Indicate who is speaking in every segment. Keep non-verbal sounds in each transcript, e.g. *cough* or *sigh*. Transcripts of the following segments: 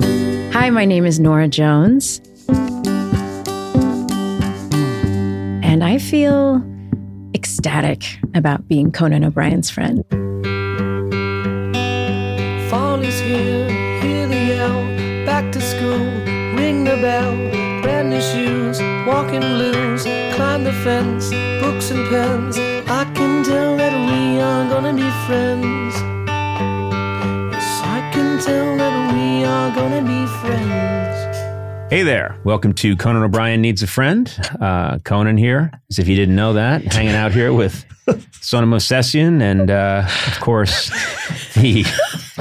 Speaker 1: Hi, my name is Nora Jones. And I feel ecstatic about being Conan O'Brien's friend. Uh,
Speaker 2: Fall is here, hear the yell. Back to school, ring the bell. Brand new shoes, walking blues. Climb the fence, books and pens. I can tell that we are gonna be friends. Yes, I can tell that we are gonna be friends.
Speaker 3: Hey there. Welcome to Conan O'Brien Needs a Friend. Uh, Conan here, as if you didn't know that, hanging out here with Sonam Mosesian and, uh, of course, the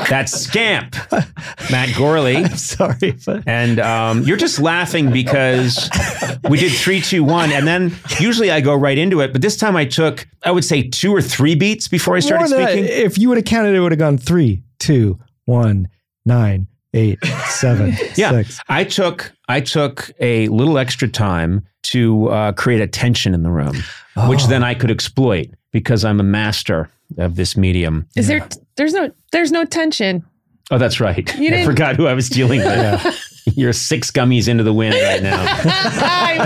Speaker 3: that scamp, Matt
Speaker 4: *laughs*
Speaker 3: Gorley.
Speaker 4: Sorry, but
Speaker 3: And um, you're just laughing because we did three, two, one, and then usually I go right into it, but this time I took, I would say, two or three beats before I started
Speaker 4: More than that,
Speaker 3: speaking.
Speaker 4: if you would have counted, it would have gone three, two, one, nine, *laughs* eight, seven,
Speaker 3: Yeah,
Speaker 4: six.
Speaker 3: I took I took a little extra time to uh, create a tension in the room, which then I could exploit because I'm a master of this medium.
Speaker 5: Is there? There's no. There's no tension.
Speaker 3: Oh, that's right.
Speaker 5: You
Speaker 3: I
Speaker 5: didn't-
Speaker 3: forgot who I was dealing with. You're six gummies into the wind right now.
Speaker 5: I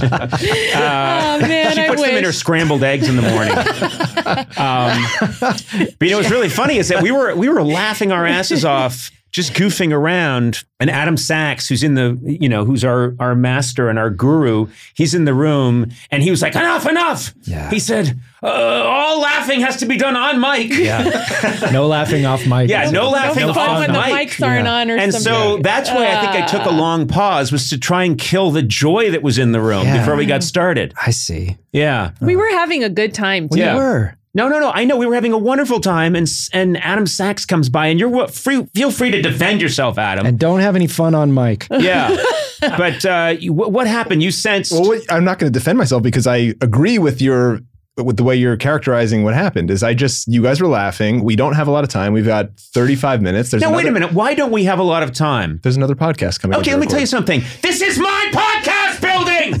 Speaker 5: wish. *laughs* oh man,
Speaker 3: she
Speaker 5: I
Speaker 3: puts
Speaker 5: wish.
Speaker 3: them in her scrambled eggs in the
Speaker 5: *laughs*
Speaker 3: morning. um, but you know what's really funny is that we were we were laughing our asses off, just goofing around. And Adam Sachs, who's in the you know who's our our master and our guru, he's in the room, and he was like, "Enough, enough."
Speaker 4: Yeah.
Speaker 3: He said, uh, "All laughing has to be done on mic."
Speaker 4: Yeah. no laughing off mic.
Speaker 3: Yeah, no laughing
Speaker 5: no
Speaker 3: on
Speaker 5: fun when the
Speaker 3: mic.
Speaker 5: mics aren't
Speaker 4: Yeah.
Speaker 5: on or
Speaker 3: And
Speaker 5: something. Uh.
Speaker 3: so that's why I think I took a long pause was to try and kill the joy that was in the room
Speaker 4: Yeah.
Speaker 3: before we got started.
Speaker 4: I see.
Speaker 3: Yeah.
Speaker 5: we were having a good time too.
Speaker 4: We
Speaker 3: Yeah.
Speaker 4: were.
Speaker 3: No, no, no. I know we were having a wonderful time, and and Adam Sachs comes by, and you're what? Free, feel free to defend yourself, Adam.
Speaker 4: And don't have any fun on *laughs* mic.
Speaker 3: yeah, *laughs* but uh, you, what, what happened? You sensed
Speaker 6: Well, wait, I'm not going to defend myself because I agree with your with the way you're characterizing what happened. Is I just you guys were laughing. We don't have a lot of time. We've got 35 minutes. There's
Speaker 3: now.
Speaker 6: another,
Speaker 3: Wait a minute. Why don't we have a lot of time?
Speaker 6: There's another podcast coming. up
Speaker 3: Okay,
Speaker 6: to
Speaker 3: let me tell you
Speaker 6: record.
Speaker 3: something. This is my podcast
Speaker 6: *laughs*
Speaker 3: building.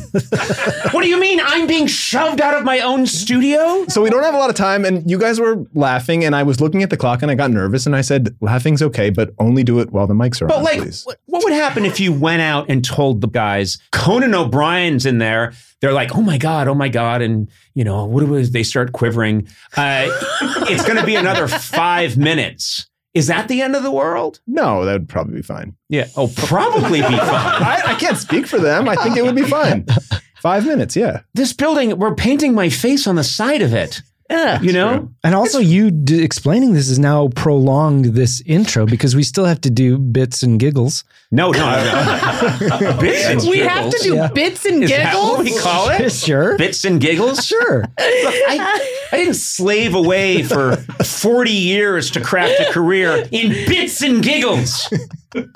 Speaker 3: what do you mean I'm being shoved out of my own studio?
Speaker 6: So we don't have a lot of time, and you guys were laughing, and I was looking at the clock, and I got nervous, and I said, "Laughing's okay, but only do it while the mics are
Speaker 3: But
Speaker 6: on,
Speaker 3: like,
Speaker 6: please."
Speaker 3: what, what would happen if you went out and told the guys Conan O'Brien's in there? They're like, oh my god, oh my god, and you know what? do we- They start quivering. Uh, it's going to be another five minutes. Is that the end of the world?
Speaker 6: No, that would probably be fine.
Speaker 3: Yeah. Oh, probably be fine.
Speaker 6: I, I can't speak for them. I think it would be fine. Five minutes, yeah.
Speaker 3: This building, we're painting my face on the side of it.
Speaker 5: Ugh.
Speaker 3: You know.
Speaker 4: And also, you d- explaining this has now prolonged this intro because we still have to do bits and giggles.
Speaker 3: No, no, no, no. Bits and
Speaker 5: We have to
Speaker 3: giggles.
Speaker 5: do
Speaker 4: Yeah.
Speaker 5: bits and
Speaker 3: Is that
Speaker 5: giggles.
Speaker 3: what we call it?
Speaker 4: *laughs* Sure.
Speaker 3: Bits and
Speaker 4: *laughs*
Speaker 3: giggles.
Speaker 4: Sure.
Speaker 3: Look, I, I didn't slave away for 40 years to craft a career in bits and giggles.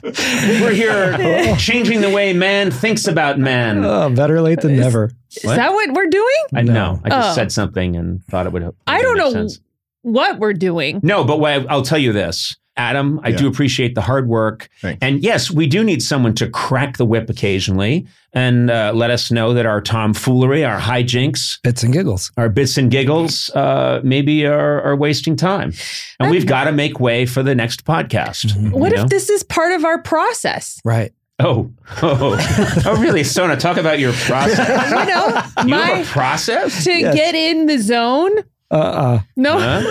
Speaker 3: We're here changing the way man thinks about man.
Speaker 4: Oh, better late than never.
Speaker 5: Is that what we're doing?
Speaker 3: I
Speaker 4: No.
Speaker 3: know. I just
Speaker 5: Oh.
Speaker 3: said something and thought it would. it
Speaker 5: I
Speaker 3: would
Speaker 5: don't
Speaker 3: make
Speaker 5: know
Speaker 3: sense.
Speaker 5: what we're doing.
Speaker 3: No, but why- I'll tell you this, Adam. I
Speaker 6: Yeah.
Speaker 3: do appreciate the hard work,
Speaker 6: Thanks.
Speaker 3: and yes, we do need someone to crack the whip occasionally and uh, let us know that our tomfoolery, our hijinks,
Speaker 4: Bits and giggles.
Speaker 3: our bits and giggles uh, maybe are, are wasting time. And we've got to make way for the next podcast. you
Speaker 5: Um, Mhm. What
Speaker 3: know?
Speaker 5: if this is part of our process?
Speaker 4: Right.
Speaker 3: Oh, *laughs* oh, oh, really? Sona, talk about your
Speaker 5: *laughs*
Speaker 3: process.
Speaker 5: You know,
Speaker 3: *laughs* You have
Speaker 5: my
Speaker 3: a process?
Speaker 5: to get in the zone.
Speaker 4: Uh uh
Speaker 5: No,
Speaker 3: Huh?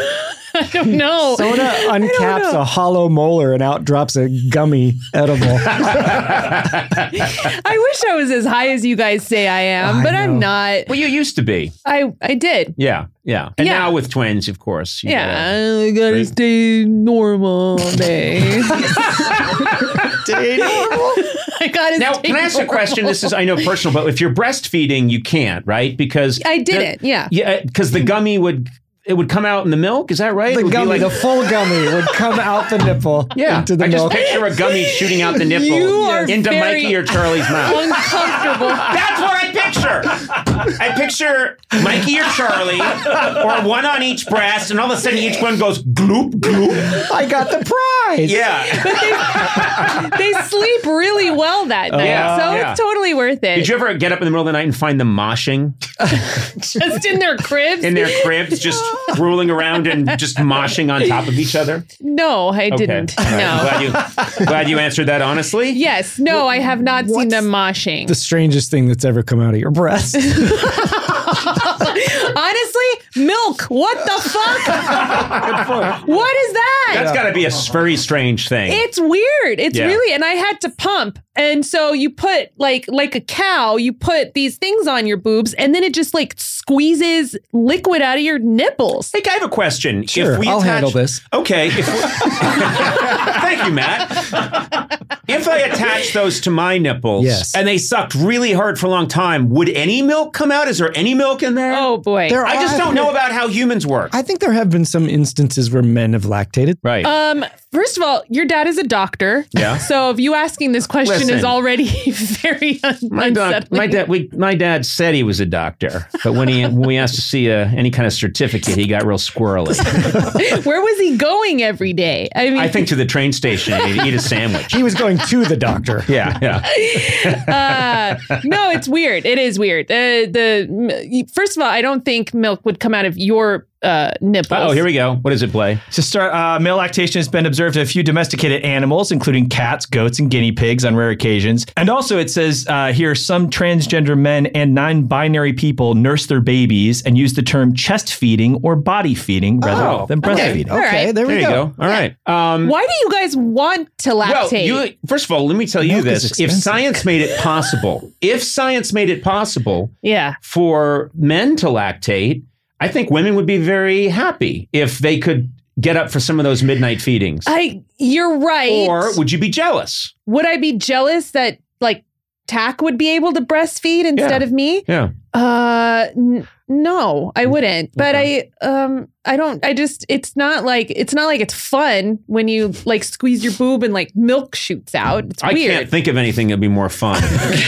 Speaker 5: *laughs* I don't know.
Speaker 4: *laughs* Soda uncaps
Speaker 5: know.
Speaker 4: a hollow molar and out drops a gummy edible.
Speaker 5: I wish I was as high as you guys say I am,
Speaker 4: I
Speaker 5: but I'm
Speaker 4: know.
Speaker 5: not.
Speaker 3: Well, you used to be.
Speaker 5: I I did.
Speaker 3: Yeah, yeah. And
Speaker 5: Yeah.
Speaker 3: now with twins, of course. you gotta-
Speaker 5: Yeah, I gotta stay normal, babe. *laughs* I gotta
Speaker 3: Now,
Speaker 5: stay
Speaker 3: can I ask a
Speaker 5: normal.
Speaker 3: question? This is, I know, personal, but if you're breastfeeding, you can't, right? Because
Speaker 5: I didn't. Yeah.
Speaker 3: Yeah, because the gummy would it would come out in the milk. Is that right? It
Speaker 4: the
Speaker 3: would be
Speaker 4: gummy,
Speaker 3: like-
Speaker 4: the full gummy, would come out the nipple
Speaker 3: *laughs* Yeah,
Speaker 4: into the
Speaker 3: I
Speaker 4: milk.
Speaker 3: just picture a
Speaker 5: *laughs*
Speaker 3: gummy shooting out the nipple
Speaker 5: You are
Speaker 3: into
Speaker 5: very
Speaker 3: Mikey or Charlie's mouth.
Speaker 5: Uncomfortable.
Speaker 3: That's what I picture. I picture Mikey or Charlie, or one on each breast, and all of a sudden each one goes gloop gloop.
Speaker 4: I got the prize.
Speaker 3: Yeah.
Speaker 5: they sleep really well that night,
Speaker 3: Yeah,
Speaker 5: so
Speaker 3: yeah.
Speaker 5: it's totally worth it.
Speaker 3: Did you ever get up in the middle of the night and find them moshing
Speaker 5: Just in their cribs?
Speaker 3: in their cribs, just rolling around and just moshing on top of each other?
Speaker 5: no, I didn't.
Speaker 3: All right.
Speaker 5: No.
Speaker 3: I'm Glad you, glad you answered that honestly.
Speaker 5: Yes, no, I have not seen
Speaker 4: what's
Speaker 5: them moshing.
Speaker 4: The strangest thing that's ever come out of your
Speaker 3: *laughs*
Speaker 4: breast.
Speaker 5: Honestly, milk. What the *laughs* fuck? what is that?
Speaker 3: That's got to be a s- very strange thing.
Speaker 5: It's weird. It's
Speaker 3: Yeah.
Speaker 5: really, and I had to pump, and so you put like like a cow, you put these things on your boobs, and then it just like squeezes liquid out of your nipples.
Speaker 3: Hey, I have a question.
Speaker 4: Sure, I'll handle this.
Speaker 3: Okay. if-
Speaker 4: *laughs*
Speaker 3: Thank you, Matt. If I attach those to my nipples
Speaker 4: Yes.
Speaker 3: and they sucked really hard for a long time, would any milk come out? Is there any milk in there?
Speaker 5: Oh boy.
Speaker 4: There
Speaker 3: I just
Speaker 4: are-
Speaker 3: don't know about how humans work.
Speaker 4: I think there have been some instances where men have lactated.
Speaker 3: right.
Speaker 5: um, first of all, your dad is a doctor.
Speaker 3: Yeah.
Speaker 5: So if you asking this question is
Speaker 3: Listen.
Speaker 5: already *laughs* very un-
Speaker 3: my, doc,
Speaker 5: unsettling.
Speaker 3: my, dad, we, my dad said he was a doctor, but when, he, when we asked to see uh any kind of certificate, he got real
Speaker 4: *laughs*
Speaker 3: squirrely.
Speaker 5: *laughs* Where was he going every day? I mean,
Speaker 3: I think to the train station and he'd eat a sandwich.
Speaker 4: He was going to the doctor.
Speaker 3: Yeah,
Speaker 7: *laughs*
Speaker 3: yeah.
Speaker 5: uh, no, it's weird. It is weird. Uh, the first of all, I don't think milk would come out of your uh, nipples.
Speaker 3: Oh, here we go. What does it play?
Speaker 7: To start, uh, male lactation has been observed in a few domesticated animals, including cats, goats, and guinea pigs on rare occasions. And also, it says uh, here some transgender men and non binary people nurse their babies and use the term chest feeding or body feeding rather
Speaker 3: Oh,
Speaker 7: than
Speaker 4: Okay,
Speaker 7: breastfeeding.
Speaker 4: okay,
Speaker 5: right.
Speaker 4: there we
Speaker 3: There you
Speaker 4: go.
Speaker 3: go. All right. Um,
Speaker 5: Why do you guys want to
Speaker 3: Well,
Speaker 5: lactate?
Speaker 3: you, first of all, let me tell you
Speaker 4: Milk is
Speaker 3: this. If
Speaker 4: expensive.
Speaker 3: science made it possible, if science made it possible
Speaker 5: yeah.
Speaker 3: for men to lactate, I think women would be very happy if they could get up for some of those midnight feedings.
Speaker 5: I you're right.
Speaker 3: or would you be jealous?
Speaker 5: would I be jealous that like Tack would be able to breastfeed instead
Speaker 3: Yeah.
Speaker 5: of me?
Speaker 3: Yeah.
Speaker 5: Uh n- no, I
Speaker 3: Mm-hmm.
Speaker 5: wouldn't. But I um I don't I just it's not like it's not like it's fun when you like squeeze your boob and like milk shoots out. It's
Speaker 3: I
Speaker 5: weird.
Speaker 3: can't think of anything that'd be more
Speaker 4: *laughs*
Speaker 3: fun.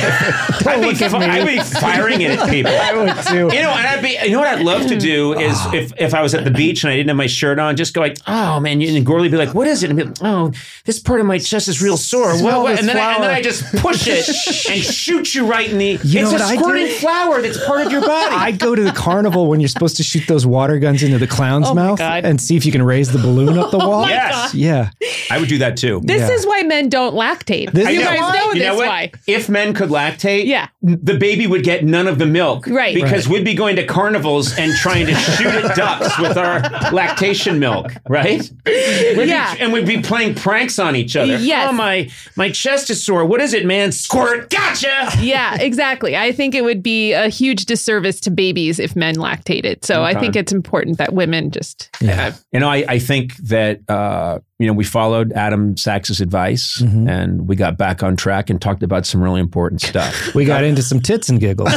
Speaker 3: I'd, be, I'd be firing it at people.
Speaker 4: I would too.
Speaker 3: You know, and I'd be, you know what I'd love to
Speaker 4: *sighs*
Speaker 3: do is if, if I was at the beach and I didn't have my shirt on, just go like, oh man, and Gorley would be like, what is it? And I'd be like, oh, this part of my chest is real sore. Well,
Speaker 4: this
Speaker 3: and, then I, and then
Speaker 4: flower.
Speaker 3: I just push
Speaker 4: *laughs*
Speaker 3: it and shoot you right in the,
Speaker 4: You know
Speaker 3: it's a
Speaker 4: what I do?
Speaker 3: squirting flower that's
Speaker 4: *laughs*
Speaker 3: part of your body.
Speaker 4: I'd go to the carnival when you're supposed to shoot those water guns into the clown's
Speaker 3: Oh
Speaker 4: mouth and see if you can raise the
Speaker 3: *laughs*
Speaker 4: balloon up the wall.
Speaker 3: yes.
Speaker 4: Yeah.
Speaker 3: I would do that too.
Speaker 5: this
Speaker 4: Yeah.
Speaker 5: is why men don't lactate.
Speaker 4: This
Speaker 5: you
Speaker 4: is
Speaker 5: guys
Speaker 4: why?
Speaker 5: know
Speaker 3: You
Speaker 5: this
Speaker 3: know what?
Speaker 5: why.
Speaker 3: If men could lactate,
Speaker 5: Yeah.
Speaker 3: the baby would get none of the milk.
Speaker 5: Right.
Speaker 3: Because we'd be going to carnivals and trying to shoot at ducks with our lactation milk, right? We'd
Speaker 5: Yeah.
Speaker 3: Be, and we'd be playing pranks on each other.
Speaker 5: Yes.
Speaker 3: Oh, my, my chest is sore. What is it, man? Squirt. Gotcha.
Speaker 5: yeah, exactly. I think it would be a huge disservice to babies if men lactated. So I think it's important that women just
Speaker 3: You know, I, I think that, uh, you know, we followed Adam Sachs's advice and we got back on track and talked about some really important *laughs* stuff.
Speaker 4: We got into some tits
Speaker 3: *laughs*
Speaker 4: and giggles.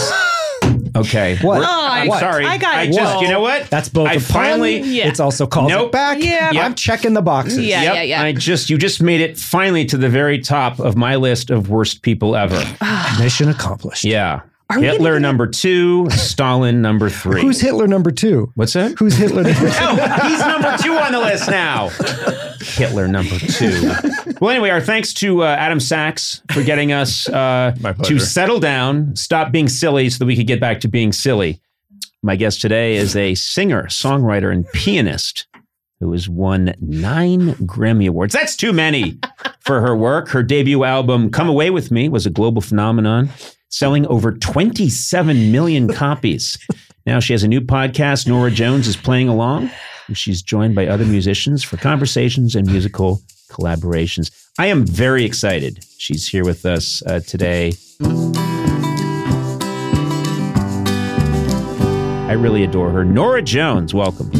Speaker 3: Okay.
Speaker 4: What?
Speaker 3: We're- Oh, I'm
Speaker 4: What?
Speaker 3: sorry.
Speaker 5: I got
Speaker 3: I
Speaker 5: it.
Speaker 3: just,
Speaker 5: Whoa.
Speaker 3: you know what?
Speaker 4: That's both
Speaker 3: I
Speaker 4: a
Speaker 3: finally-
Speaker 4: pun.
Speaker 5: Yeah.
Speaker 4: It's also called
Speaker 3: Nope.
Speaker 4: back.
Speaker 5: Yeah.
Speaker 4: I'm checking the boxes.
Speaker 5: Yeah, yeah, yeah.
Speaker 3: I just you just made it finally to the very top of my list of worst people *gasps* ever.
Speaker 4: Mission accomplished.
Speaker 3: Yeah.
Speaker 5: we
Speaker 3: Hitler
Speaker 5: gonna-
Speaker 3: number two, Stalin number three.
Speaker 4: Who's Hitler number two?
Speaker 3: What's that?
Speaker 4: Who's Hitler number
Speaker 3: *laughs*
Speaker 4: two?
Speaker 3: Oh, he's number two on the list now. Hitler number two. Well, anyway, our thanks to uh, Adam Sachs for getting us uh,
Speaker 6: *laughs* My pleasure.
Speaker 3: to settle down, stop being silly, so that we could get back to being silly. My guest today is a singer, songwriter, and pianist who has won nine Grammy Awards. That's too many for her work. Her debut album, Come Away With Me, was a global phenomenon, selling over 27 million copies. Now she has a new podcast, Nora Jones is playing along. and She's joined by other musicians for conversations and musical collaborations. I am very excited. She's here with us uh, today. I really adore her. Nora Jones, welcome.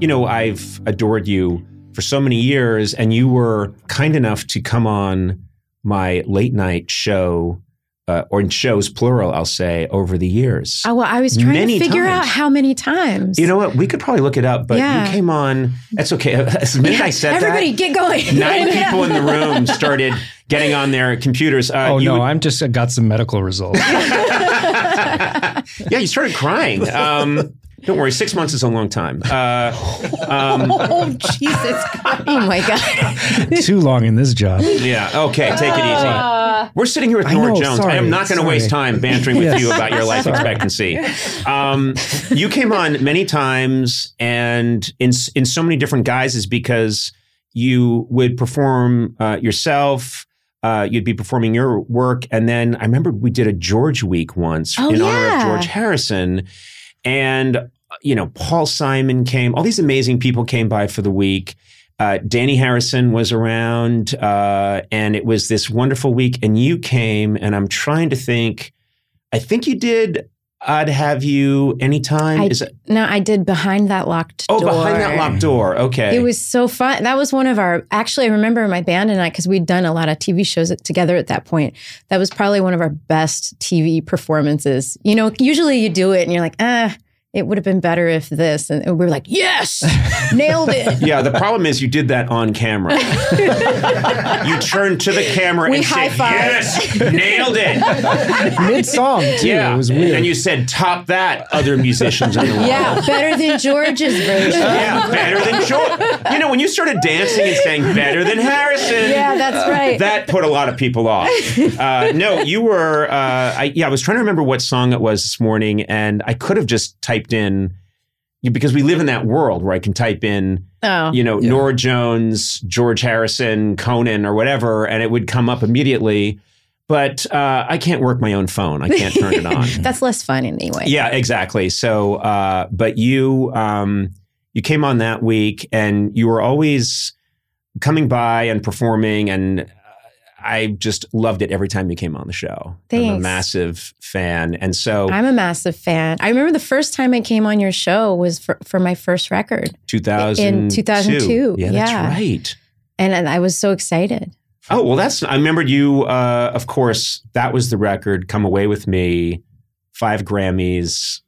Speaker 3: You know, I've adored you for so many years, and you were kind enough to come on my late night show, uh, or in shows plural, I'll say, over the years.
Speaker 1: Oh, well, I was trying
Speaker 3: Many
Speaker 1: to figure out
Speaker 3: times.
Speaker 1: how many times.
Speaker 3: You know what? We could probably look it up, but
Speaker 1: Yeah.
Speaker 3: you came on. That's okay. *laughs* As the minute I said
Speaker 1: Everybody *laughs*
Speaker 3: that,
Speaker 1: get going.
Speaker 3: nine people in the room started getting on their computers. Uh,
Speaker 4: *laughs* oh
Speaker 3: you
Speaker 4: no,
Speaker 3: would-
Speaker 4: I'm just I got some medical *laughs* results.
Speaker 3: yeah, you started
Speaker 4: *laughs*
Speaker 3: crying. Um, don't worry, six months is a long time. Uh, um,
Speaker 5: Oh Jesus!
Speaker 1: Oh my God.
Speaker 4: Too long in this job.
Speaker 3: yeah, okay, take it easy.
Speaker 5: Uh,
Speaker 3: We're sitting here with
Speaker 4: I
Speaker 3: Nora
Speaker 4: know,
Speaker 3: Jones. I
Speaker 4: sorry,
Speaker 3: am not going to
Speaker 4: sorry.
Speaker 3: waste time bantering with
Speaker 4: *laughs* Yes.
Speaker 3: you about your life expectancy. Um, you came on many times and in s- in so many different guises because you would perform uh, yourself. Uh, you'd be performing your work, and then I remember we did a George Week once
Speaker 1: Oh,
Speaker 3: in honor of
Speaker 1: yeah.
Speaker 3: George Harrison, and uh, you know Paul Simon came. All these amazing people came by for the week. Uh, Danny Harrison was around, uh, and it was this wonderful week. And you came, and I'm trying to think. I think you did. I'd have you anytime.
Speaker 1: I
Speaker 3: Is it-
Speaker 1: No, I did behind that locked
Speaker 3: Oh,
Speaker 1: door.
Speaker 3: behind that locked door. Okay.
Speaker 1: It was so fun. That was one of our, actually, I remember my band and I, because we'd done a lot of TV shows at- together at that point. That was probably one of our best TV performances. You know, usually you do it and you're like, ah, it would have been better if this. And we were like,
Speaker 3: *laughs*
Speaker 1: yes, nailed it.
Speaker 3: yeah, the problem is you did that
Speaker 1: *laughs*
Speaker 3: on camera. you turned to the camera
Speaker 1: We
Speaker 3: and said,
Speaker 1: high-fived.
Speaker 3: "Yes, nailed it."
Speaker 4: Mid song too.
Speaker 3: Yeah,
Speaker 4: It was weird.
Speaker 3: And you said, "Top that, other musicians in the world."
Speaker 1: Yeah, better than George's version.
Speaker 3: Yeah, better than George. You know, when you started dancing and saying better than Harrison,
Speaker 1: Yeah, that's right.
Speaker 3: that put a lot of people off. Uh, no, you were. Uh, I, yeah, I was trying to remember what song it was this morning, and I could have just typed in because we live in that world where I can type in,
Speaker 1: oh.
Speaker 3: you know, Nora Jones, George Harrison, Conan, or whatever, and it would come up immediately. But uh, I can't work my own phone. I can't turn it on.
Speaker 1: That's less fun anyway.
Speaker 3: Yeah, exactly. So, uh, but you um, you came on that week, and you were always coming by and performing, and uh, I just loved it every time you came on the show. I'm a
Speaker 1: Thanks.
Speaker 3: massive fan, and so
Speaker 1: I'm a massive fan. I remember the first time I came on your show was for, for my first record,
Speaker 3: 2002.
Speaker 1: in 2002,
Speaker 3: yeah, that's
Speaker 1: yeah.
Speaker 3: right.
Speaker 1: and, and I was so excited.
Speaker 3: Oh well, that's I remembered you. Uh, of course, that was the record. Come away with me, five Grammys.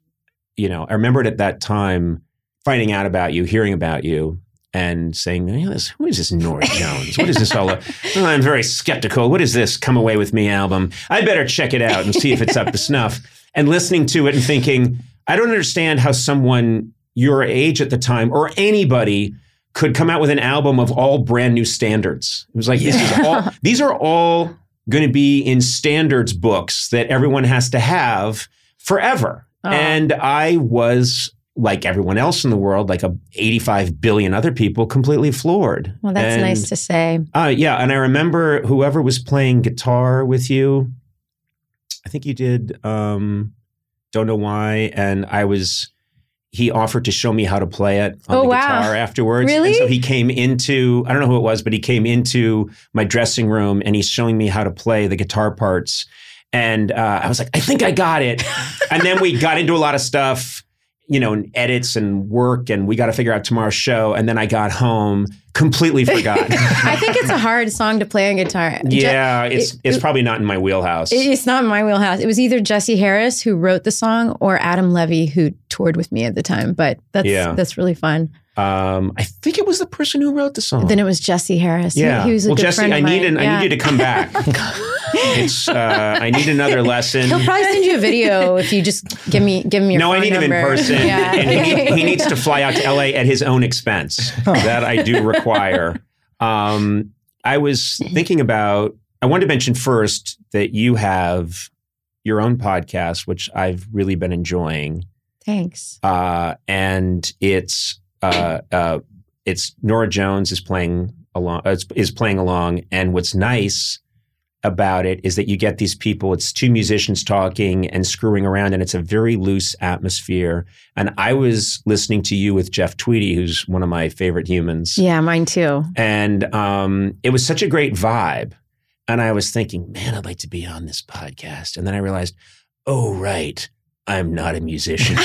Speaker 3: You know, I remembered at that time finding out about you, hearing about you, and saying, you know, this, "Who is this Nora Jones? What is this all?" about? Well, I'm very skeptical. What is this "Come Away with Me" album? I better check it out and see if it's up to snuff. And listening to it and thinking, I don't understand how someone your age at the time or anybody could come out with an album of all brand new standards. It was like this is all these are all going to be in standards books that everyone has to have forever.
Speaker 1: Oh.
Speaker 3: And I was like everyone else in the world, like a 85 billion other people, completely floored.
Speaker 1: Well, that's
Speaker 3: And,
Speaker 1: nice to say.
Speaker 3: Uh, yeah, and I remember whoever was playing guitar with you. I think you did. Um, don't know why, and I was. He offered to show me how to play it on
Speaker 1: Oh,
Speaker 3: the
Speaker 1: wow.
Speaker 3: guitar afterwards.
Speaker 1: Really?
Speaker 3: And so he came into. I don't know who it was, but he came into my dressing room and he's showing me how to play the guitar parts. And uh, I was like, I think I
Speaker 1: *laughs*
Speaker 3: got it. and then we got into a lot of stuff you know, and edits and work, and we got to figure out tomorrow's show. And then I got home, completely forgot.
Speaker 1: *laughs*
Speaker 3: *laughs*
Speaker 1: I think it's a hard song to play on guitar. Je-
Speaker 3: yeah, it's it's probably not in my wheelhouse.
Speaker 1: it- it's not in my wheelhouse. It was either Jesse Harris who wrote the song or Adam Levy who toured with me at the time. But that's
Speaker 3: Yeah.
Speaker 1: that's really fun.
Speaker 3: um, I think it was the person who wrote the song.
Speaker 1: Then it was Jesse Harris. He-
Speaker 3: yeah,
Speaker 1: he, was a
Speaker 3: well,
Speaker 1: good
Speaker 3: Jesse,
Speaker 1: friend of
Speaker 3: I need
Speaker 1: mine.
Speaker 3: an,
Speaker 1: Yeah.
Speaker 3: I need you to come back.
Speaker 1: *laughs*
Speaker 3: it's uh, I need another lesson.
Speaker 1: He'll probably send you a
Speaker 3: *laughs*
Speaker 1: video if you just give me give me your.
Speaker 3: No, I
Speaker 1: phone
Speaker 3: need him in
Speaker 1: number. *laughs*
Speaker 3: person,
Speaker 1: Yeah.
Speaker 3: and he, need- he needs to fly out to LA at his own expense. That I do require. Um, I was thinking about. I wanted to mention first that you have your own podcast, which I've really been enjoying,
Speaker 1: Thanks.
Speaker 3: uh, and it's uh, uh, it's Nora Jones is playing along uh, is- is playing along, and what's nice about it is that you get these people. It's two musicians talking and screwing around, and it's a very loose atmosphere. And I was listening to you with Jeff Tweedy, who's one of my favorite humans,
Speaker 1: Yeah, mine too.
Speaker 3: *laughs* and um, it was such a great vibe. And I was thinking, man, I'd like to be on this podcast. And then I realized, oh right, I'm not a musician.
Speaker 1: *laughs*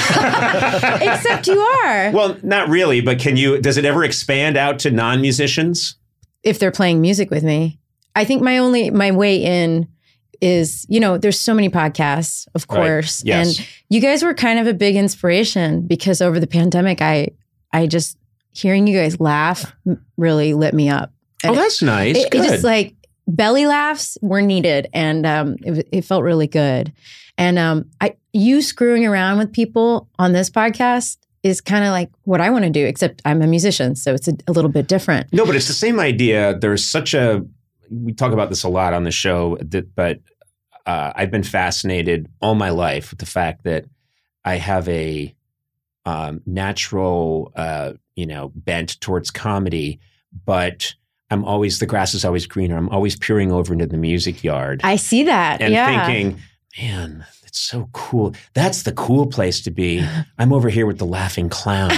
Speaker 1: Except you are.
Speaker 3: Well, not really, but can you? Does it ever expand out to non-musicians?
Speaker 1: if they're playing music with me. I think my only my way in is, you know, there's so many podcasts, of
Speaker 3: Right.
Speaker 1: course.
Speaker 3: Yes.
Speaker 1: And you guys were kind of a big inspiration because over the pandemic I I just hearing you guys laugh m- really lit me up.
Speaker 3: oh, that's nice.
Speaker 1: It, it
Speaker 3: Good.
Speaker 1: just like belly laughs were needed, and um, it, w- it felt really good. And um, I, you screwing around with people on this podcast is kind of like what I want to do, except I'm a musician, so it's a, a little bit different.
Speaker 3: No, but it's the same idea. There's such a we talk about this a lot on the show, that, but uh, I've been fascinated all my life with the fact that I have a um, natural, uh, you know, bent towards comedy, but I'm always the grass is always greener. I'm always peering over into the music yard
Speaker 1: I see that.
Speaker 3: and
Speaker 1: yeah. *laughs*
Speaker 3: *laughs* thinking, man. It's so cool. That's the cool place to be. I'm over here with the laughing
Speaker 4: *laughs*
Speaker 3: clowns.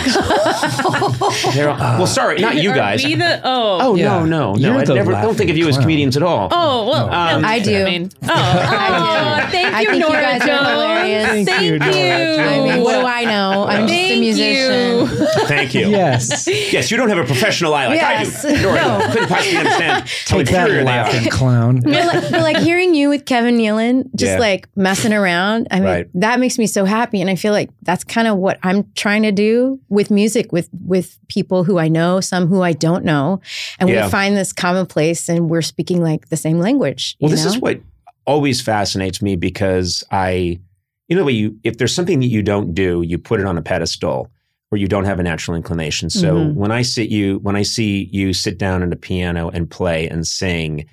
Speaker 3: They're all- well, sorry, not you
Speaker 5: Are
Speaker 3: guys.
Speaker 5: we the- oh. *laughs*
Speaker 3: Oh
Speaker 4: Yeah.
Speaker 3: no, no,
Speaker 4: You're
Speaker 3: no! I
Speaker 4: the
Speaker 3: never don't think of you as
Speaker 4: laughing
Speaker 3: comedians at all.
Speaker 5: Oh well,
Speaker 3: No.
Speaker 5: no,
Speaker 1: I do.
Speaker 5: I mean, oh, oh,
Speaker 1: I
Speaker 5: thank
Speaker 1: think
Speaker 5: you,
Speaker 1: you
Speaker 5: Nora
Speaker 1: guys are
Speaker 5: Jones.
Speaker 1: hilarious.
Speaker 5: Thank,
Speaker 4: Thank you,
Speaker 5: you.
Speaker 1: I mean, what do I know? I'm just a
Speaker 5: Thank
Speaker 1: musician.
Speaker 5: you.
Speaker 4: Oh.
Speaker 3: Thank
Speaker 4: *laughs*
Speaker 3: you.
Speaker 4: Yes.
Speaker 3: Yes, you don't have a professional eye like
Speaker 1: Yes.
Speaker 3: I do. Nora,
Speaker 1: No.
Speaker 3: couldn't possibly understand how
Speaker 4: *laughs* Take that
Speaker 3: inferior they are.
Speaker 4: laughing clown.
Speaker 3: *laughs*
Speaker 1: We're like, we're like hearing you with Kevin Nealon, just
Speaker 3: Yeah.
Speaker 1: like messing around. I mean,
Speaker 3: Right.
Speaker 1: that makes me so happy, and I feel like that's kind of what I'm trying to do with music, with with people who I know, some who I don't know, and
Speaker 3: Yeah.
Speaker 1: we find this common place, and we're speaking like the same language.
Speaker 3: Well,
Speaker 1: you
Speaker 3: this
Speaker 1: know?
Speaker 3: is what always fascinates me because I, you know, you if there's something that you don't do, you put it on a pedestal or you don't have a natural inclination. So
Speaker 1: Mhm.
Speaker 3: when I sit you, when I see you sit down at a piano and play and sing,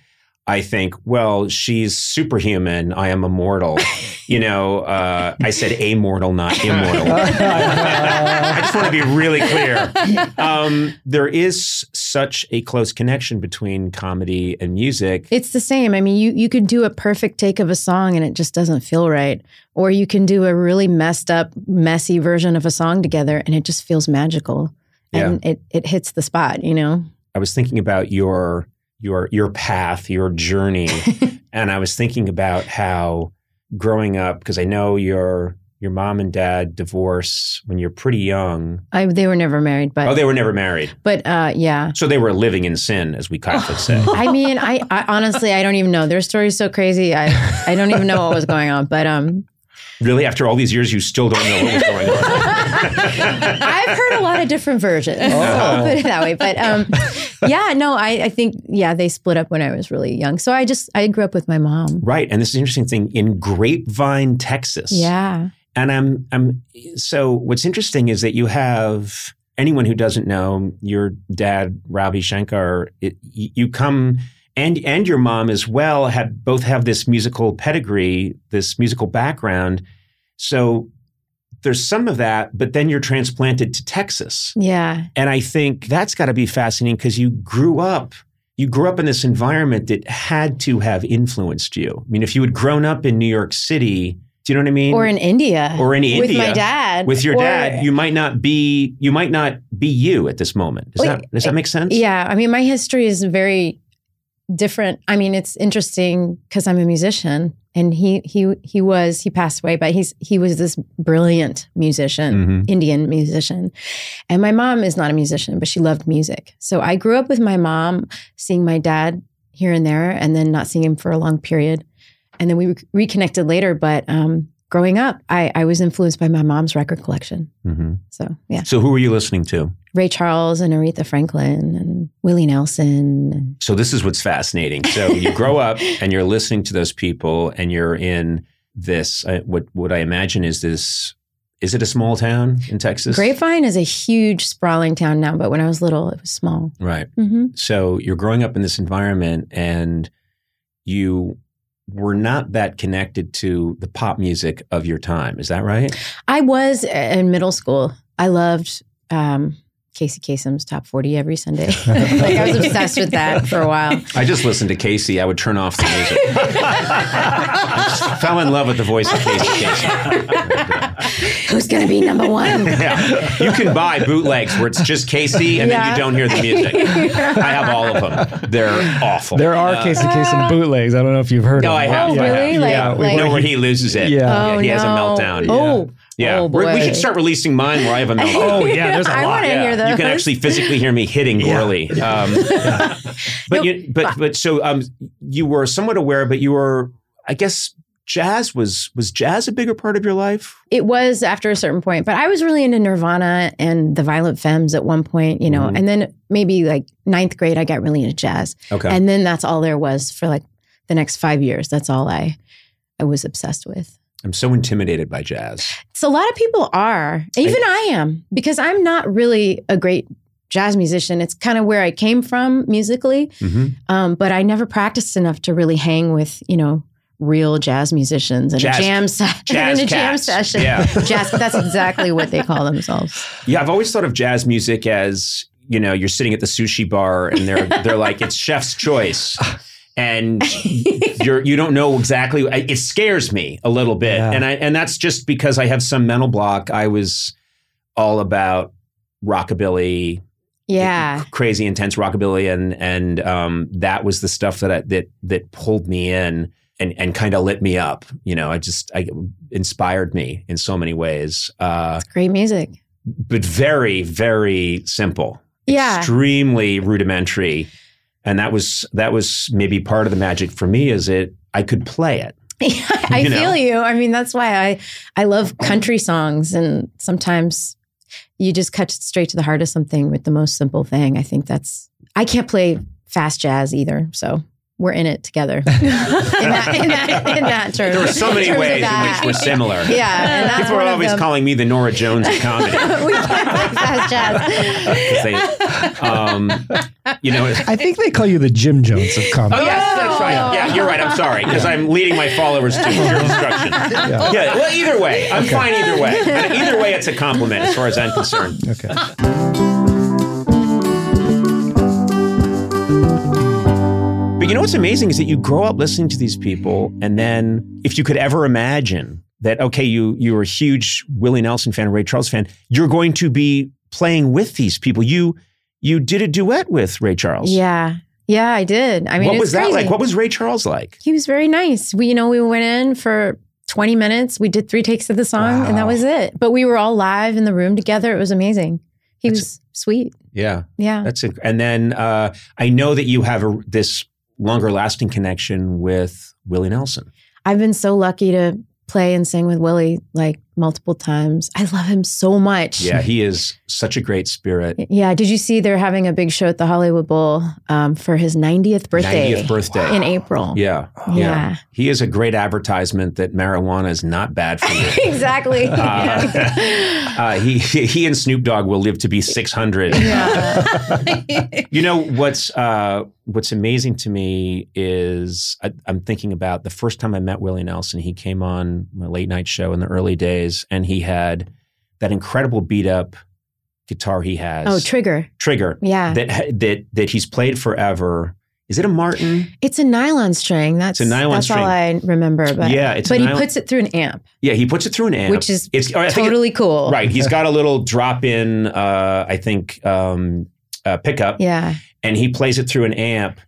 Speaker 3: I think, well, she's superhuman. I am
Speaker 1: *laughs*
Speaker 3: immortal. you know, uh, I said amortal, not
Speaker 1: *laughs*
Speaker 3: immortal. I just want to be really clear. Um, there is such a close connection between comedy and music.
Speaker 1: *laughs* It's the same. I mean, you you could do a perfect take of a song and it just doesn't feel right, or you can do a really messed up, messy version of a song together and it just feels magical. And it it hits the spot, you know.
Speaker 3: I was thinking about your your your path, your journey, and I was thinking about how growing up because I know your your mom and dad divorce when you're pretty young.
Speaker 1: I they were never married, but
Speaker 3: Oh, they were never married,
Speaker 1: but uh, yeah.
Speaker 3: so they were living in sin, as we Catholics say.
Speaker 1: I mean, I, I honestly I don't even know. Their story's so crazy. I I don't even know what was going on, but um,
Speaker 3: Really, after all these years, you still don't know what was going on.
Speaker 1: *laughs*
Speaker 3: *laughs*
Speaker 1: I've heard a lot of different versions. I'll put it that way. But um, yeah, no, I I think yeah they split up when I was really young. So I just I grew up with my mom.
Speaker 3: right, and this is an interesting thing in Grapevine, Texas.
Speaker 1: Yeah.
Speaker 3: And I'm I'm so what's interesting is that you have anyone who doesn't know your dad Ravi Shankar it, y- you come and and your mom as well have both have this musical pedigree this musical background so there's some of that but then you're transplanted to Texas
Speaker 1: Yeah.
Speaker 3: and I think that's got to be fascinating cuz you grew up you grew up in this environment that had to have influenced you. I mean if you had grown up in New York City do you know what I mean?
Speaker 1: or in India.
Speaker 3: or in India
Speaker 1: with my dad.
Speaker 3: with your
Speaker 1: Or-
Speaker 3: dad, you might not be you might not be you at this moment. Does
Speaker 1: Wait,
Speaker 3: that does that make sense?
Speaker 1: Yeah, I mean, my history is very different. I mean, it's interesting because I'm a musician, and he he he was he passed away, but he's he was this brilliant musician.
Speaker 3: Mhm.
Speaker 1: Indian musician. And my mom is not a musician, but she loved music. So I grew up with my mom seeing my dad here and there and then not seeing him for a long period. And then we re- reconnected later. But um, growing up, I, I was influenced by my mom's record collection.
Speaker 3: Mhm.
Speaker 1: So, yeah,
Speaker 3: So who were you listening to?
Speaker 1: Ray Charles and Aretha Franklin and Willie Nelson. And
Speaker 3: So this is what's fascinating. So you
Speaker 1: *laughs*
Speaker 3: grow up and you're listening to those people, and you're in this uh, what what I imagine is this. Is it a small town in Texas?
Speaker 1: Grapevine is a huge, sprawling town now, but when I was little, it was small.
Speaker 3: Right.
Speaker 1: hmm
Speaker 3: So you're growing up in this environment, and you were not that connected to the pop music of your time. Is that right?
Speaker 1: I was uh, in middle school. I loved um, Casey Kasem's Top 40 every
Speaker 3: *laughs*
Speaker 1: Sunday. like I was obsessed with that for a while.
Speaker 3: I just listened to Casey. I would turn off the music. I just *laughs* fell in love with the voice of
Speaker 1: *laughs*
Speaker 3: Casey Kasem.
Speaker 1: Who's going to be number one?
Speaker 3: yeah. You can buy bootlegs where it's just Casey and then
Speaker 1: Yeah.
Speaker 3: you don't hear the *laughs* music.
Speaker 1: *laughs*
Speaker 3: I have all of them. They're awful.
Speaker 4: There are
Speaker 3: Uh,
Speaker 4: Casey Kasem bootlegs. I don't know if you've heard
Speaker 3: No,
Speaker 4: of
Speaker 3: I
Speaker 4: them.
Speaker 3: have.
Speaker 1: Oh,
Speaker 3: I have.
Speaker 1: really? Like-
Speaker 3: Yeah, we
Speaker 1: like-
Speaker 3: know where he loses it.
Speaker 4: Yeah.
Speaker 1: Oh,
Speaker 3: he has a
Speaker 1: no.
Speaker 3: meltdown.
Speaker 1: Oh,
Speaker 3: Yeah,
Speaker 1: Oh,
Speaker 3: We're- we
Speaker 1: boy.
Speaker 3: should start releasing mine where I have a
Speaker 1: *laughs*
Speaker 3: meltdown.
Speaker 4: Oh, yeah, there's a
Speaker 1: I
Speaker 4: lot,
Speaker 1: want to
Speaker 4: yeah.
Speaker 1: hear those.
Speaker 3: You can actually physically hear me hitting Gorley. Um, but, *laughs*
Speaker 1: No,
Speaker 3: you, but but so um, you were somewhat aware, but you were, I guess, jazz was was jazz a bigger part of your life?
Speaker 1: It was after a certain point, but I was really into Nirvana and the Violent Femmes at one point, you know,
Speaker 3: Mhm.
Speaker 1: and then maybe like ninth grade, I got really into jazz.
Speaker 3: Okay.
Speaker 1: And then that's all there was for like the next five years. That's all I, I was obsessed with.
Speaker 3: I'm so intimidated by jazz.
Speaker 1: So a lot of people are, even I, am, because I'm not really a great jazz musician. It's kind of where I came from musically,
Speaker 3: Mm-hmm.
Speaker 1: um, but I never practiced enough to really hang with, you know, real jazz musicians and
Speaker 3: Jazz-
Speaker 1: a jam *laughs* session.
Speaker 3: jazz
Speaker 1: in a jam
Speaker 3: cats.
Speaker 1: session.
Speaker 3: Yeah.
Speaker 1: jazz, that's exactly what they call themselves.
Speaker 3: *laughs*
Speaker 1: *laughs*
Speaker 3: Yeah, I've always thought of jazz music as you know you're sitting at the sushi bar and they're they're like it's chef's choice. And you're you don't know exactly. I- It scares me a little bit,
Speaker 4: Yeah.
Speaker 3: and I and that's just because I have some mental block. I was all about rockabilly,
Speaker 1: Yeah.
Speaker 3: crazy intense rockabilly, and and um, that was the stuff that I, that that pulled me in and and kind of lit me up. You know, I just I inspired me in so many ways. Uh,
Speaker 1: Great music.
Speaker 3: but very very simple
Speaker 1: Yeah.
Speaker 3: extremely rudimentary and that was that was maybe part of the magic for me is it i could
Speaker 1: *laughs*
Speaker 3: play it
Speaker 1: *laughs* I
Speaker 3: You know?
Speaker 1: feel you. I mean, that's why I I love country songs, and sometimes you just cut straight to the heart of something with the most simple thing. I think that's I can't play fast jazz either, so we're in it together. *laughs* in, that, in, that, in that term,
Speaker 3: there were so
Speaker 1: in
Speaker 3: many
Speaker 1: terms of
Speaker 3: ways in
Speaker 1: that.
Speaker 3: which we're similar
Speaker 1: *laughs* Yeah, and that's
Speaker 3: people are
Speaker 1: one of
Speaker 3: always
Speaker 1: them. *laughs*
Speaker 3: calling me the nora jones of comedy
Speaker 1: we can't play fast
Speaker 3: *laughs*
Speaker 1: jazz.
Speaker 3: 'Cause they, um, you know
Speaker 4: I think they call you the Jim Jones of
Speaker 3: Oh,
Speaker 4: comedy.
Speaker 1: Oh,
Speaker 3: yes, that's right. Yeah, you're right. I'm sorry because I'm leading my followers to your destruction. Yeah. Well, either way, I'm fine either way. And either way, it's a compliment as far as I'm concerned.
Speaker 4: Okay.
Speaker 3: But you know what's amazing is that you grow up listening to these people, and then if you could ever imagine that, okay, you you were a huge Willie Nelson fan, Ray Charles fan, you're going to be playing with these people. You you did a duet with Ray Charles.
Speaker 1: Yeah, yeah, I did. I mean,
Speaker 3: what
Speaker 1: it's
Speaker 3: was that
Speaker 1: crazy.
Speaker 3: like? What was Ray Charles like?
Speaker 1: He was very nice. We, you know, we went in for 20 minutes. We did three takes of the song, and that
Speaker 3: Wow.
Speaker 1: was it. But we were all live in the room together. It was amazing. He was sweet.
Speaker 3: Yeah,
Speaker 1: Yeah.
Speaker 3: that's it. And then uh, I know that you have a, this longer lasting connection with Willie Nelson.
Speaker 1: I've been so lucky to play and sing with Willie like multiple times. I love him so much.
Speaker 3: Yeah, he is such a great spirit.
Speaker 1: Yeah. Did you see they're having a big show at the Hollywood Bowl um, for his 90th *laughs* birthday,
Speaker 3: 90th birthday.
Speaker 1: in April?
Speaker 3: Yeah,
Speaker 1: Yeah.
Speaker 3: He is a great advertisement that marijuana is not bad for
Speaker 1: *laughs*
Speaker 3: you.
Speaker 1: *laughs*
Speaker 3: *laughs*
Speaker 1: exactly.
Speaker 3: Uh, *laughs* Uh, he he and Snoop Dogg will live
Speaker 1: *laughs*
Speaker 3: to be 600.
Speaker 1: yeah.
Speaker 3: You know what's uh, what's amazing to me is I, I'm thinking about the first time I met Willie Nelson. He came on my late night show in the early days, and he had that incredible beat up guitar he has.
Speaker 1: Oh, Trigger.
Speaker 3: Trigger
Speaker 1: Yeah.
Speaker 3: that that that he's played forever. Is it a Martin?
Speaker 1: It's a nylon string. That's
Speaker 3: It's a nylon
Speaker 1: that's
Speaker 3: string.
Speaker 1: all I remember. But
Speaker 3: Yeah, it's a
Speaker 1: but he
Speaker 3: nylon-
Speaker 1: puts it through an amp,
Speaker 3: Yeah, he puts it through an amp,
Speaker 1: which is
Speaker 3: it's oh, I think it-
Speaker 1: totally cool.
Speaker 3: right. He's got a little drop in. Uh, I think um, uh, pickup.
Speaker 1: Yeah.
Speaker 3: and he plays it through an amp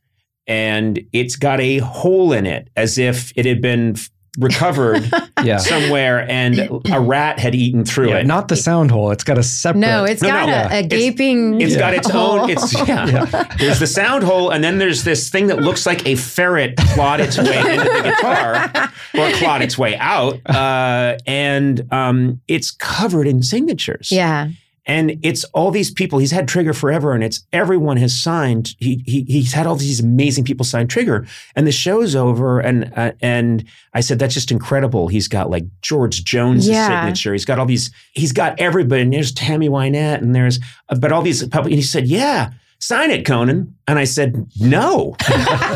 Speaker 3: and it's got a hole in it as if it had been f- recovered
Speaker 4: Yeah.
Speaker 3: somewhere and a rat had eaten through
Speaker 4: Yeah,
Speaker 3: it.
Speaker 4: Not the sound hole. It's got a separate.
Speaker 1: No, it's
Speaker 3: No,
Speaker 1: got
Speaker 3: no.
Speaker 1: A, a
Speaker 3: It's-
Speaker 1: gaping.
Speaker 3: It's got its
Speaker 1: hole.
Speaker 3: own. It's
Speaker 1: *laughs*
Speaker 3: *laughs* yeah. There's the sound hole, and then there's this thing that looks like a ferret clawed its way into the guitar or clawed its way out, uh, and um, it's covered in signatures.
Speaker 1: yeah.
Speaker 3: And it's all these people. He's had Trigger forever, and it's everyone has signed. He, he he's had all these amazing people sign Trigger, and the show's over. And uh, and I said that's just incredible. He's got like George Jones'
Speaker 1: Yeah.
Speaker 3: signature. He's got all these. He's got everybody. And there's Tammy Wynette, and there's uh, but all these public. And he said, "Yeah, sign it, Conan." And I said, "No,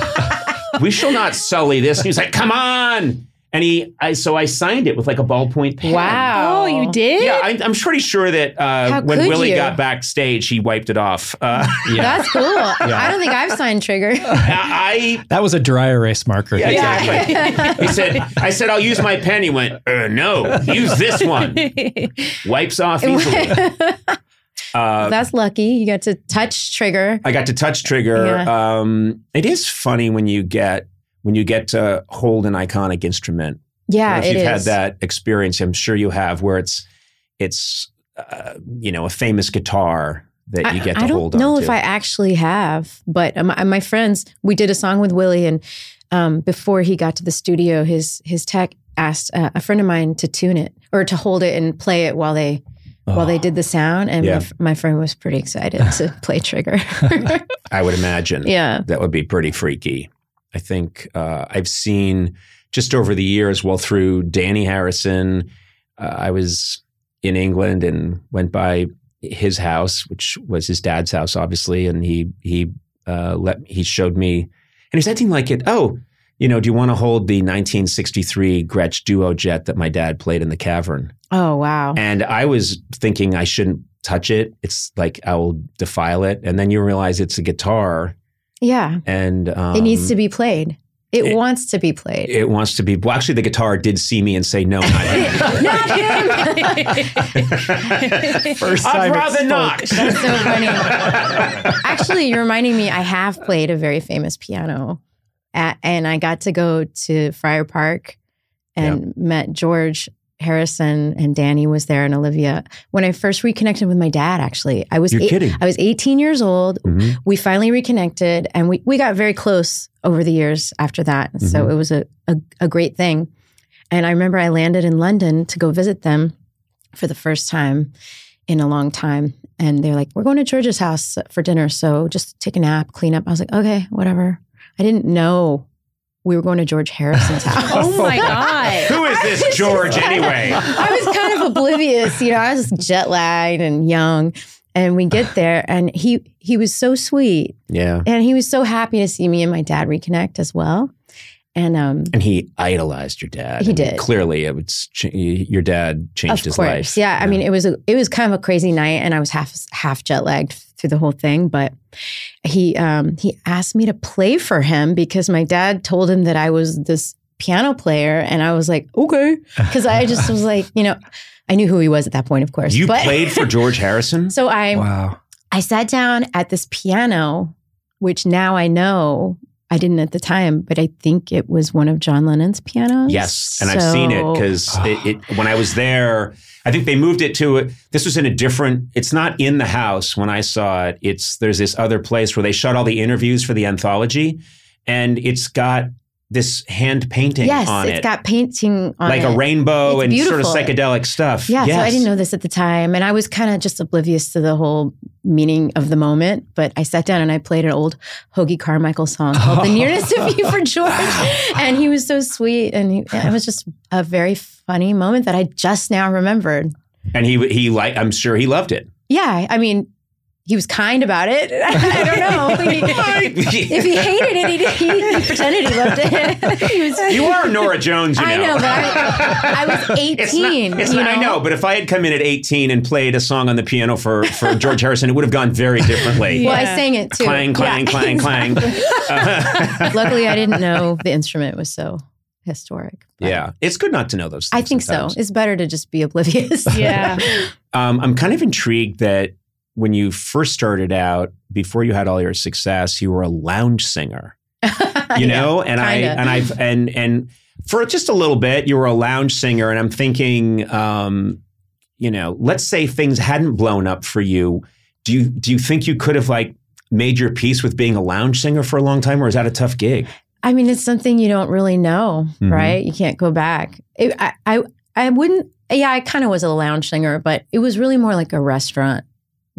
Speaker 3: *laughs* we shall not sully this." And he's like, "Come on." And he, I, so I signed it with like a ballpoint pen.
Speaker 1: Wow.
Speaker 5: Oh, you did?
Speaker 3: Yeah, I, I'm pretty sure that
Speaker 1: How
Speaker 3: uh,
Speaker 1: could
Speaker 3: when Willie
Speaker 1: you?
Speaker 3: got backstage, he wiped it off.
Speaker 1: *laughs*
Speaker 3: Uh,
Speaker 1: That's cool. I don't think I've signed Trigger.
Speaker 3: *laughs* I,
Speaker 4: That was a dry erase marker.
Speaker 3: yeah, *laughs*
Speaker 1: *laughs*
Speaker 3: exactly. he said, "I said I'll use my pen." He went, uh, "No, use
Speaker 1: *laughs*
Speaker 3: this one." Wipes off easily. Uh,
Speaker 1: That's lucky. You got to touch Trigger.
Speaker 3: I got to touch trigger. Um, it is funny when you get when you get to hold an iconic instrument. I
Speaker 1: Yeah,
Speaker 3: don't know
Speaker 1: it
Speaker 3: if
Speaker 1: is.
Speaker 3: you've had that experience, I'm sure you have, where it's it's uh, you know a famous guitar that you
Speaker 1: I-
Speaker 3: get to
Speaker 1: I, don't
Speaker 3: hold on.
Speaker 1: know
Speaker 3: to.
Speaker 1: um, if I actually have, but my, my friends, we did a song with Willie, and um, before he got to the studio, his his tech asked uh, a friend of mine to tune it or to hold it and play it while they
Speaker 4: Oh,
Speaker 1: while they did the sound. And my,
Speaker 3: Oh. Yeah.
Speaker 1: f- my friend was pretty excited
Speaker 3: *laughs*
Speaker 1: to play Trigger. *laughs*
Speaker 3: I would imagine.
Speaker 1: yeah.
Speaker 3: That would be pretty freaky. I think uh, I've seen just over the years, well, through Danny Harrison, uh, I was in England and went by his house, which was his dad's house, obviously, and he he uh, let he showed me, and he was acting like it. Oh, you know, do you want to hold the 1963 Gretsch Duo jet that my dad played in the cavern?
Speaker 1: Oh wow.
Speaker 3: And I was thinking I shouldn't touch it. It's like I will defile it, and then you realize it's a guitar
Speaker 1: Yeah.
Speaker 3: and um,
Speaker 1: It needs to be played. It,
Speaker 3: it-
Speaker 1: wants to be played. *laughs*
Speaker 3: It wants to be. Well, actually, the guitar did see me and say no. Not
Speaker 1: Not him.
Speaker 3: *laughs* First I'd rather not.
Speaker 1: That's so funny. Actually, you're reminding me. I have played a very famous piano, at, and I got to go to Friar Park and met George Harrison and Danny was there and Olivia. When I first reconnected with my dad, actually, I was
Speaker 3: You're
Speaker 1: eight-
Speaker 3: kidding.
Speaker 1: I was 18 years old.
Speaker 3: Mhm.
Speaker 1: We finally reconnected, and we we got very close over the years after that. And So
Speaker 3: Mhm.
Speaker 1: it was a, a a great thing. And I remember I landed in London to go visit them for the first time in a long time. And they're like, we're going to George's house for dinner. So just take a nap, clean up. I was like, okay, whatever. I didn't know we were going to George Harrison's house.
Speaker 5: Oh my god.
Speaker 3: Who is this *laughs* George *laughs* anyway?
Speaker 1: I was kind of oblivious, you know. I was jet lagged and young, and we get there, and he he was so sweet,
Speaker 3: Yeah,
Speaker 1: and he was so happy to see me and my dad reconnect as well. And um,
Speaker 3: and he idolized your dad.
Speaker 1: He
Speaker 3: And
Speaker 1: did.
Speaker 3: Clearly, it would. ch- Your dad changed
Speaker 1: of
Speaker 3: his
Speaker 1: course,
Speaker 3: life.
Speaker 1: yeah. I mean, it was a it was kind of a crazy night, and I was half half jet lagged through the whole thing, but. He um, he asked me to play for him because my dad told him that I was this piano player, and I was like, okay, because I just was like, you know, I knew who he was at that point, of course.
Speaker 3: you
Speaker 1: but,
Speaker 3: played for George
Speaker 1: *laughs*
Speaker 3: Harrison.
Speaker 1: So I
Speaker 4: Wow.
Speaker 1: I sat down at this piano, which now I know I didn't at the time, but I think it was one of John Lennon's pianos.
Speaker 3: Yes, and I've seen it
Speaker 1: So-
Speaker 3: because it, it, when I was there, I think they moved it to. This was in a different. It's not in the house when I saw it. It's there's this other place where they shot all the interviews for the anthology, and it's got this hand painting
Speaker 1: yes,
Speaker 3: on
Speaker 1: it's
Speaker 3: it,
Speaker 1: got painting on
Speaker 3: like
Speaker 1: it.
Speaker 3: a rainbow
Speaker 1: It's
Speaker 3: and sort of
Speaker 1: beautiful.
Speaker 3: psychedelic stuff.
Speaker 1: Yeah, so I
Speaker 3: Yes.
Speaker 1: didn't know this at the time, and I was kind of just oblivious to the whole meaning of the moment. But I sat down and I played an old Hoagie Carmichael song called "The Nearness of
Speaker 3: *laughs*
Speaker 1: You" for George, and he was so sweet, and he, it was just a very funny moment that I just now remembered.
Speaker 3: and he he like I'm sure he loved it.
Speaker 1: Yeah, I mean, he was kind about it. *laughs* I don't
Speaker 3: *laughs*
Speaker 1: know. He- if he hated it, he, he, he pretended he loved it. *laughs* he was,
Speaker 3: You are Nora Jones, you know.
Speaker 1: I know, but
Speaker 3: *laughs*
Speaker 1: I, I was
Speaker 3: It's not-
Speaker 1: 18.
Speaker 3: it's
Speaker 1: you
Speaker 3: not- I know, but if I had come in at 18 and played a song on the piano
Speaker 1: *laughs*
Speaker 3: for, for George Harrison, it would have gone very differently.
Speaker 1: Well, I
Speaker 5: Yeah.
Speaker 1: sang it too.
Speaker 3: Clang, clang,
Speaker 1: Yeah, *laughs*
Speaker 3: clang, clang.
Speaker 1: exactly.
Speaker 3: Uh,
Speaker 1: Luckily, I didn't know the instrument was so historic. but
Speaker 3: yeah, it's good not to know those. Things
Speaker 1: I think so.
Speaker 3: sometimes.
Speaker 1: It's better to just be oblivious. *laughs*
Speaker 5: *laughs* Yeah.
Speaker 3: Um, I'm kind of intrigued that when you first started out, before you had all your success, you were a lounge singer.
Speaker 1: *laughs*
Speaker 3: you know and
Speaker 1: kinda.
Speaker 3: i and i've and and for just a little bit you were a lounge singer and i'm thinking um you know let's say things hadn't blown up for you do you do you think you could have like made your peace with being a lounge singer for a long time or is that a tough gig
Speaker 1: I mean, it's something you don't really know,
Speaker 3: Mhm.
Speaker 1: right? You can't go back. It, I, I, I wouldn't. Yeah, I kind of was a lounge singer, but it was really more like a restaurant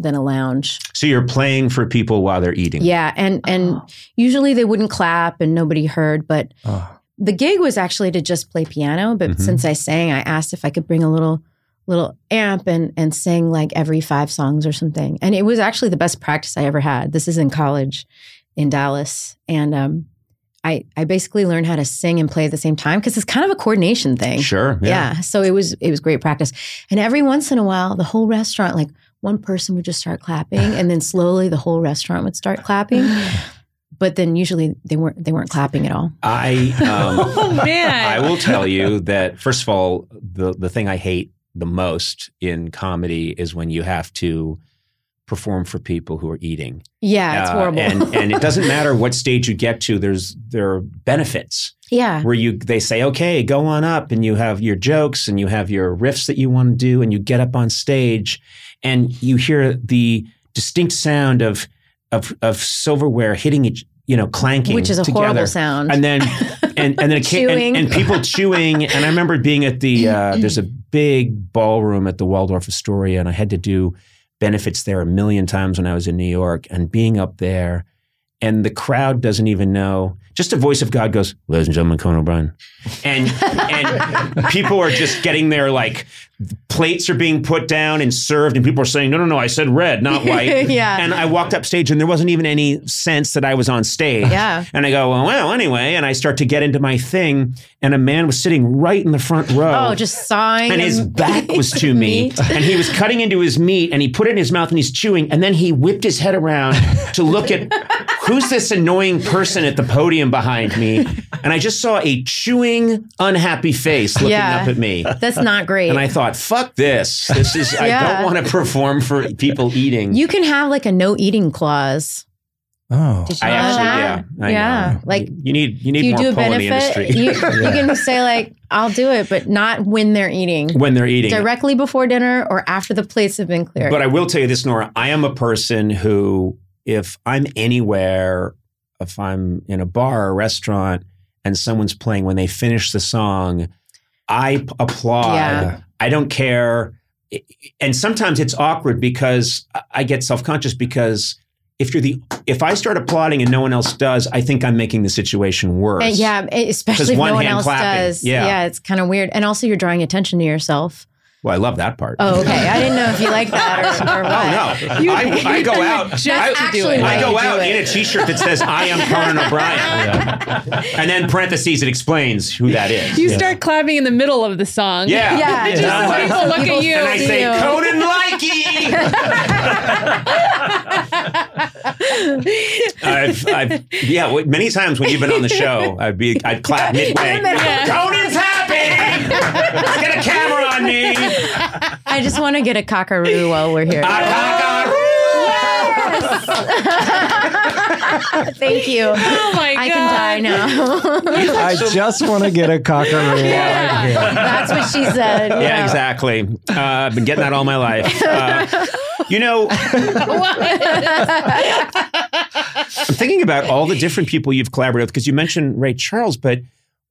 Speaker 1: than a lounge.
Speaker 3: so you're playing for people while they're eating
Speaker 1: Yeah, and and usually they wouldn't clap and nobody heard, but
Speaker 4: Oh.
Speaker 1: the gig was actually to just play piano. But
Speaker 3: Mhm.
Speaker 1: since I sang, I asked if I could bring a little little amp and and sing like every five songs or something. And it was actually the best practice I ever had. This is in college in Dallas, and um, I I basically learned how to sing and play at the same time because it's kind of a coordination thing.
Speaker 3: sure
Speaker 1: Yeah. So it was it was great practice. And every once in a while, the whole restaurant, like one person would just start clapping, and then slowly the whole restaurant would start
Speaker 3: *sighs*
Speaker 1: clapping. But then usually they weren't they weren't clapping at all.
Speaker 3: i
Speaker 1: *laughs*
Speaker 3: um
Speaker 5: Oh
Speaker 3: I
Speaker 5: man.
Speaker 3: will tell you that first of all, the the thing I hate the most in comedy is when you have to perform for people who are eating.
Speaker 1: Yeah, it's
Speaker 3: Uh,
Speaker 1: horrible.
Speaker 3: And, and it doesn't matter what stage you get to. There's there are benefits
Speaker 1: *laughs* yeah.
Speaker 3: where you they say, okay, go on up, and you have your jokes and you have your riffs that you want to do, and you get up on stage, and you hear the distinct sound of of of silverware hitting each you know, clanking,
Speaker 1: Which is a
Speaker 3: together.
Speaker 1: horrible sound. *laughs*
Speaker 3: And then, and and then it came,
Speaker 1: Chewing.
Speaker 3: and, and people chewing. And I remember being at
Speaker 1: *clears throat*
Speaker 3: the uh, there's a big ballroom at the Waldorf Astoria, and I had to do benefits there a million times when I was in New York, and being up there. And the crowd doesn't even know. Just a voice of God goes, "Ladies and gentlemen, Conan O'Brien," and and people are just getting their like plates are being put down and served, and people are saying, "No, no, no, I said red, not
Speaker 1: *laughs*
Speaker 3: white."
Speaker 1: Yeah.
Speaker 3: And I walked upstage, and there wasn't even any sense that I was on stage.
Speaker 1: *laughs* Yeah.
Speaker 3: And I go, well, well, anyway. And I start to get into my thing, and a man was sitting right in the front row.
Speaker 1: Oh, just sawing.
Speaker 3: and his
Speaker 1: and- *laughs*
Speaker 3: back was to me,
Speaker 1: Meat.
Speaker 3: and he was cutting into his meat, and he put it in his mouth, and he's chewing, and then he whipped his head around to look at *laughs* who's this annoying person at the podium behind me, and I just saw a chewing, unhappy face looking
Speaker 1: Yeah.
Speaker 3: up at me,
Speaker 1: That's not great.
Speaker 3: *laughs* and I thought, "Fuck this! This is I
Speaker 1: Yeah.
Speaker 3: don't want to perform for people eating."
Speaker 1: you can have like a no eating clause.
Speaker 4: Oh.
Speaker 1: Did you
Speaker 3: I
Speaker 1: know
Speaker 3: actually,
Speaker 1: that?
Speaker 3: yeah, I
Speaker 1: yeah.
Speaker 3: know.
Speaker 1: Like
Speaker 3: you need you need
Speaker 1: if you
Speaker 3: more
Speaker 1: do a
Speaker 3: pull in the industry
Speaker 1: benefit, you, you can say like, "I'll do it," but not when they're eating.
Speaker 3: when they're eating.
Speaker 1: Directly before dinner or after the plates have been cleared.
Speaker 3: But I will tell you this, Nora. I am a person who, if I'm anywhere, if I'm in a bar or restaurant, and someone's playing when they finish the song, I p- applaud.
Speaker 1: Yeah.
Speaker 3: I don't care. I- And sometimes it's awkward because I- I get self conscious because. If you're the if I start applauding and no one else does, I think I'm making the situation worse.
Speaker 1: And yeah, e- especially if
Speaker 3: one
Speaker 1: no one
Speaker 3: hand
Speaker 1: else
Speaker 3: clapping.
Speaker 1: does.
Speaker 3: Yeah.
Speaker 1: it's kind of weird. And also, you're drawing attention to yourself.
Speaker 3: Well, I love that part. *laughs*
Speaker 1: Oh, okay. I didn't know if you like that or, or what.
Speaker 3: Oh
Speaker 1: *laughs*
Speaker 3: no! I, I go out. I,
Speaker 1: actually the
Speaker 3: I
Speaker 1: way
Speaker 3: go
Speaker 1: to do
Speaker 3: out
Speaker 1: it.
Speaker 3: in a T-shirt that says "I am Conan
Speaker 1: *laughs*
Speaker 3: O'Brien," and then parentheses it explains who that is.
Speaker 5: You start clapping in the middle of the song.
Speaker 3: Yeah.
Speaker 1: Yeah,
Speaker 5: Just
Speaker 3: And I'm
Speaker 5: so
Speaker 3: like-
Speaker 5: people look
Speaker 1: people
Speaker 5: at you.
Speaker 3: and I say
Speaker 1: you.
Speaker 3: Conan Likey.
Speaker 5: *laughs*
Speaker 3: I've, I've, yeah, w- many times when you've been on the show, I'd be, I'd clap midway.
Speaker 1: Yeah.
Speaker 3: Conan's happy. Let's get a camera on me.
Speaker 5: *laughs*
Speaker 1: I just want to get a cockaroo while we're
Speaker 3: *laughs*
Speaker 1: here.
Speaker 3: Ah, cock-a-roo.
Speaker 1: *laughs* Thank you.
Speaker 5: *laughs* oh my god.
Speaker 1: I can die now.
Speaker 4: I just want to get
Speaker 1: *laughs*
Speaker 4: a cockerel.
Speaker 1: That's what she said.
Speaker 3: Yeah, exactly. Uh, I've been getting that all
Speaker 1: *laughs*
Speaker 3: my life. Uh, you know, I'm thinking about all the different people you've collaborated with because you mentioned Ray Charles, but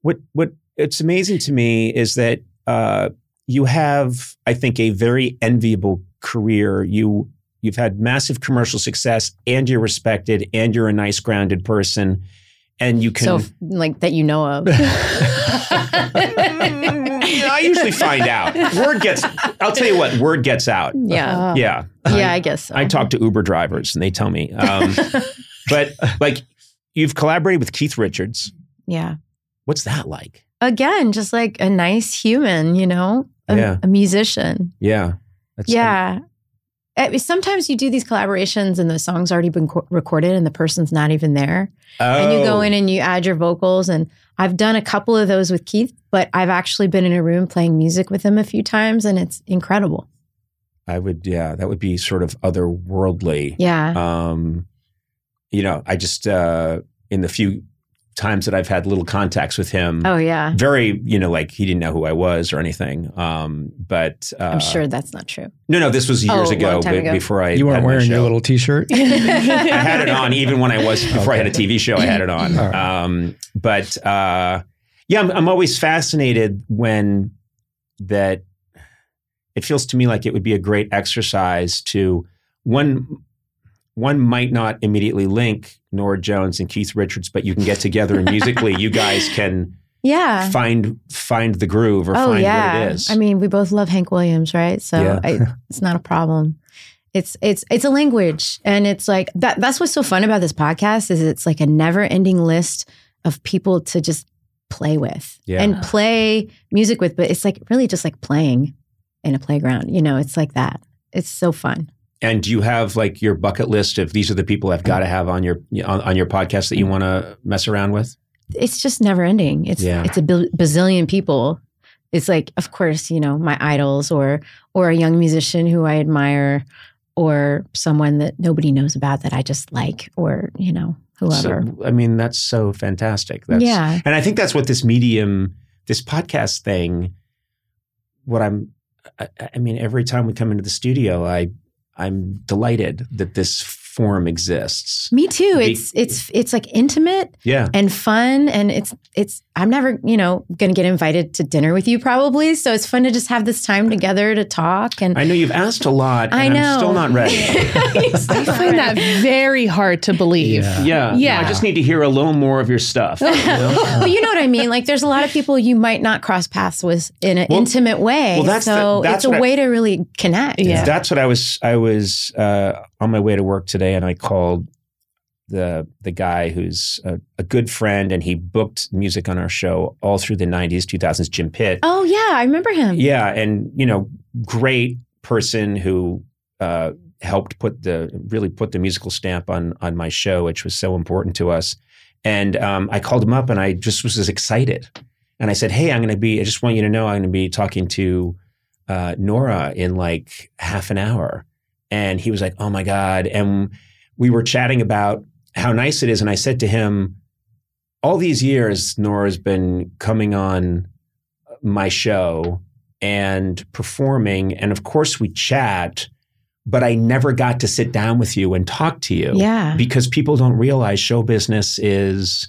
Speaker 3: what what it's amazing to me is that uh, you have, I think, a very enviable career. You you've had massive commercial success, and you're respected, and you're a nice, grounded person, and you
Speaker 1: *laughs*
Speaker 3: can.
Speaker 1: So, f- like that you know of. *laughs*
Speaker 3: Mm, I usually
Speaker 1: *laughs*
Speaker 3: find out. Word gets. I'll tell you what. Word gets out.
Speaker 1: Yeah.
Speaker 3: Yeah,
Speaker 1: Yeah, I guess so.
Speaker 3: I talk to Uber drivers and they tell me.
Speaker 1: *laughs*
Speaker 3: Um, but like, you've collaborated with Keith Richards.
Speaker 1: yeah.
Speaker 3: What's that like?
Speaker 1: Again, just like a nice human, you know, a,
Speaker 3: Yeah.
Speaker 1: a musician.
Speaker 3: Yeah, That's-
Speaker 1: yeah. I mean, sometimes you do these collaborations and the song's already been co- recorded and the person's not even there. And you go
Speaker 3: Oh.
Speaker 1: in and you add your vocals. And I've done a couple of those with Keith, but I've actually been in a room playing music with him a few times and it's incredible.
Speaker 3: I would. Yeah, that would be sort of otherworldly.
Speaker 1: Yeah.
Speaker 3: Um, you know, I just uh, in the few times that I've had little contacts with him.
Speaker 1: oh, yeah.
Speaker 3: Very, you know, like he didn't know who I was or anything. Um, but uh,
Speaker 1: I'm sure that's not true.
Speaker 3: No, no, this was
Speaker 1: Oh,
Speaker 3: years
Speaker 1: a
Speaker 3: ago,
Speaker 1: long time
Speaker 3: be-
Speaker 1: ago.
Speaker 3: before I
Speaker 4: You
Speaker 3: had
Speaker 4: weren't
Speaker 3: my
Speaker 4: wearing
Speaker 3: show.
Speaker 4: your little t-shirt.
Speaker 3: *laughs* I had it on even when I was before I had a TV show. I had it on.
Speaker 4: All right.
Speaker 3: Um, but uh, yeah, I'm, I'm always fascinated when that it feels to me like it would be a great exercise to one. One might not immediately link Nora Jones and Keith Richards, but you can get together and musically,
Speaker 1: *laughs*
Speaker 3: you guys can
Speaker 1: *laughs* Yeah.
Speaker 3: find find the groove or
Speaker 1: oh,
Speaker 3: find
Speaker 1: yeah.
Speaker 3: what it is.
Speaker 1: I mean, we both love Hank Williams, right? So
Speaker 3: Yeah. *laughs*
Speaker 1: I, it's not a problem. It's it's it's a language, and it's like that. That's what's so fun about this podcast is it's like a never ending list of people to just play with
Speaker 3: Yeah.
Speaker 1: and play music with. But it's like really just like playing in a playground. You know, it's like that. It's so fun.
Speaker 3: And do you have like your bucket list of these are the people I've got to have on your on, on your podcast that you want to mess around with?
Speaker 1: It's just never ending. It's
Speaker 3: Yeah.
Speaker 1: it's a bil- bazillion people. It's like, of course, you know, my idols or or a young musician who I admire, or someone that nobody knows about that I just like, or you know, whoever.
Speaker 3: So, I mean, that's so fantastic. That's,
Speaker 1: yeah.
Speaker 3: And I think that's what this medium, this podcast thing, what I'm, I, I mean, every time we come into the studio, I, I'm delighted that this form exists.
Speaker 1: Me too. It's it's it's like intimate
Speaker 3: Yeah.
Speaker 1: and fun and it's it's I'm never, you know, going to get invited to dinner with you probably, so it's fun to just have this time together to talk and
Speaker 3: I know you've asked a lot, and
Speaker 1: I know.
Speaker 3: am still not
Speaker 1: *laughs*
Speaker 3: ready.
Speaker 1: I
Speaker 5: I find that very hard to believe.
Speaker 3: yeah.
Speaker 5: Yeah.
Speaker 3: I just need to hear a little more of
Speaker 1: *laughs*
Speaker 3: your stuff.
Speaker 1: but you know what I mean? Like, there's a lot of people you might not cross paths with in an
Speaker 3: Well-
Speaker 1: intimate way.
Speaker 3: well, that's
Speaker 1: so
Speaker 3: the- that's
Speaker 1: it's a
Speaker 3: what I-
Speaker 1: way to really connect.
Speaker 5: Yeah.
Speaker 3: That's what I was. I was uh, on my way to work today, and I called the the guy who's a, a good friend, and he booked music on our show all through the '90s, 2000s. Jim Pitt.
Speaker 1: Oh yeah, I remember him.
Speaker 3: Yeah, and you know, great person who uh, helped put the really put the musical stamp on on my show, which was so important to us. And um, I called him up, and I just was as excited. And I said, "Hey, I'm going to be. I just want you to know, I'm going to be talking to uh, Nora in like half an hour." And he was like, "Oh my god!" And we were chatting about how nice it is. And I said to him, "All these years, Nora's been coming on." my show and performing. And of course, we chat, but I never got to sit down with you and talk to you
Speaker 1: Yeah.
Speaker 3: because people don't realize show business is.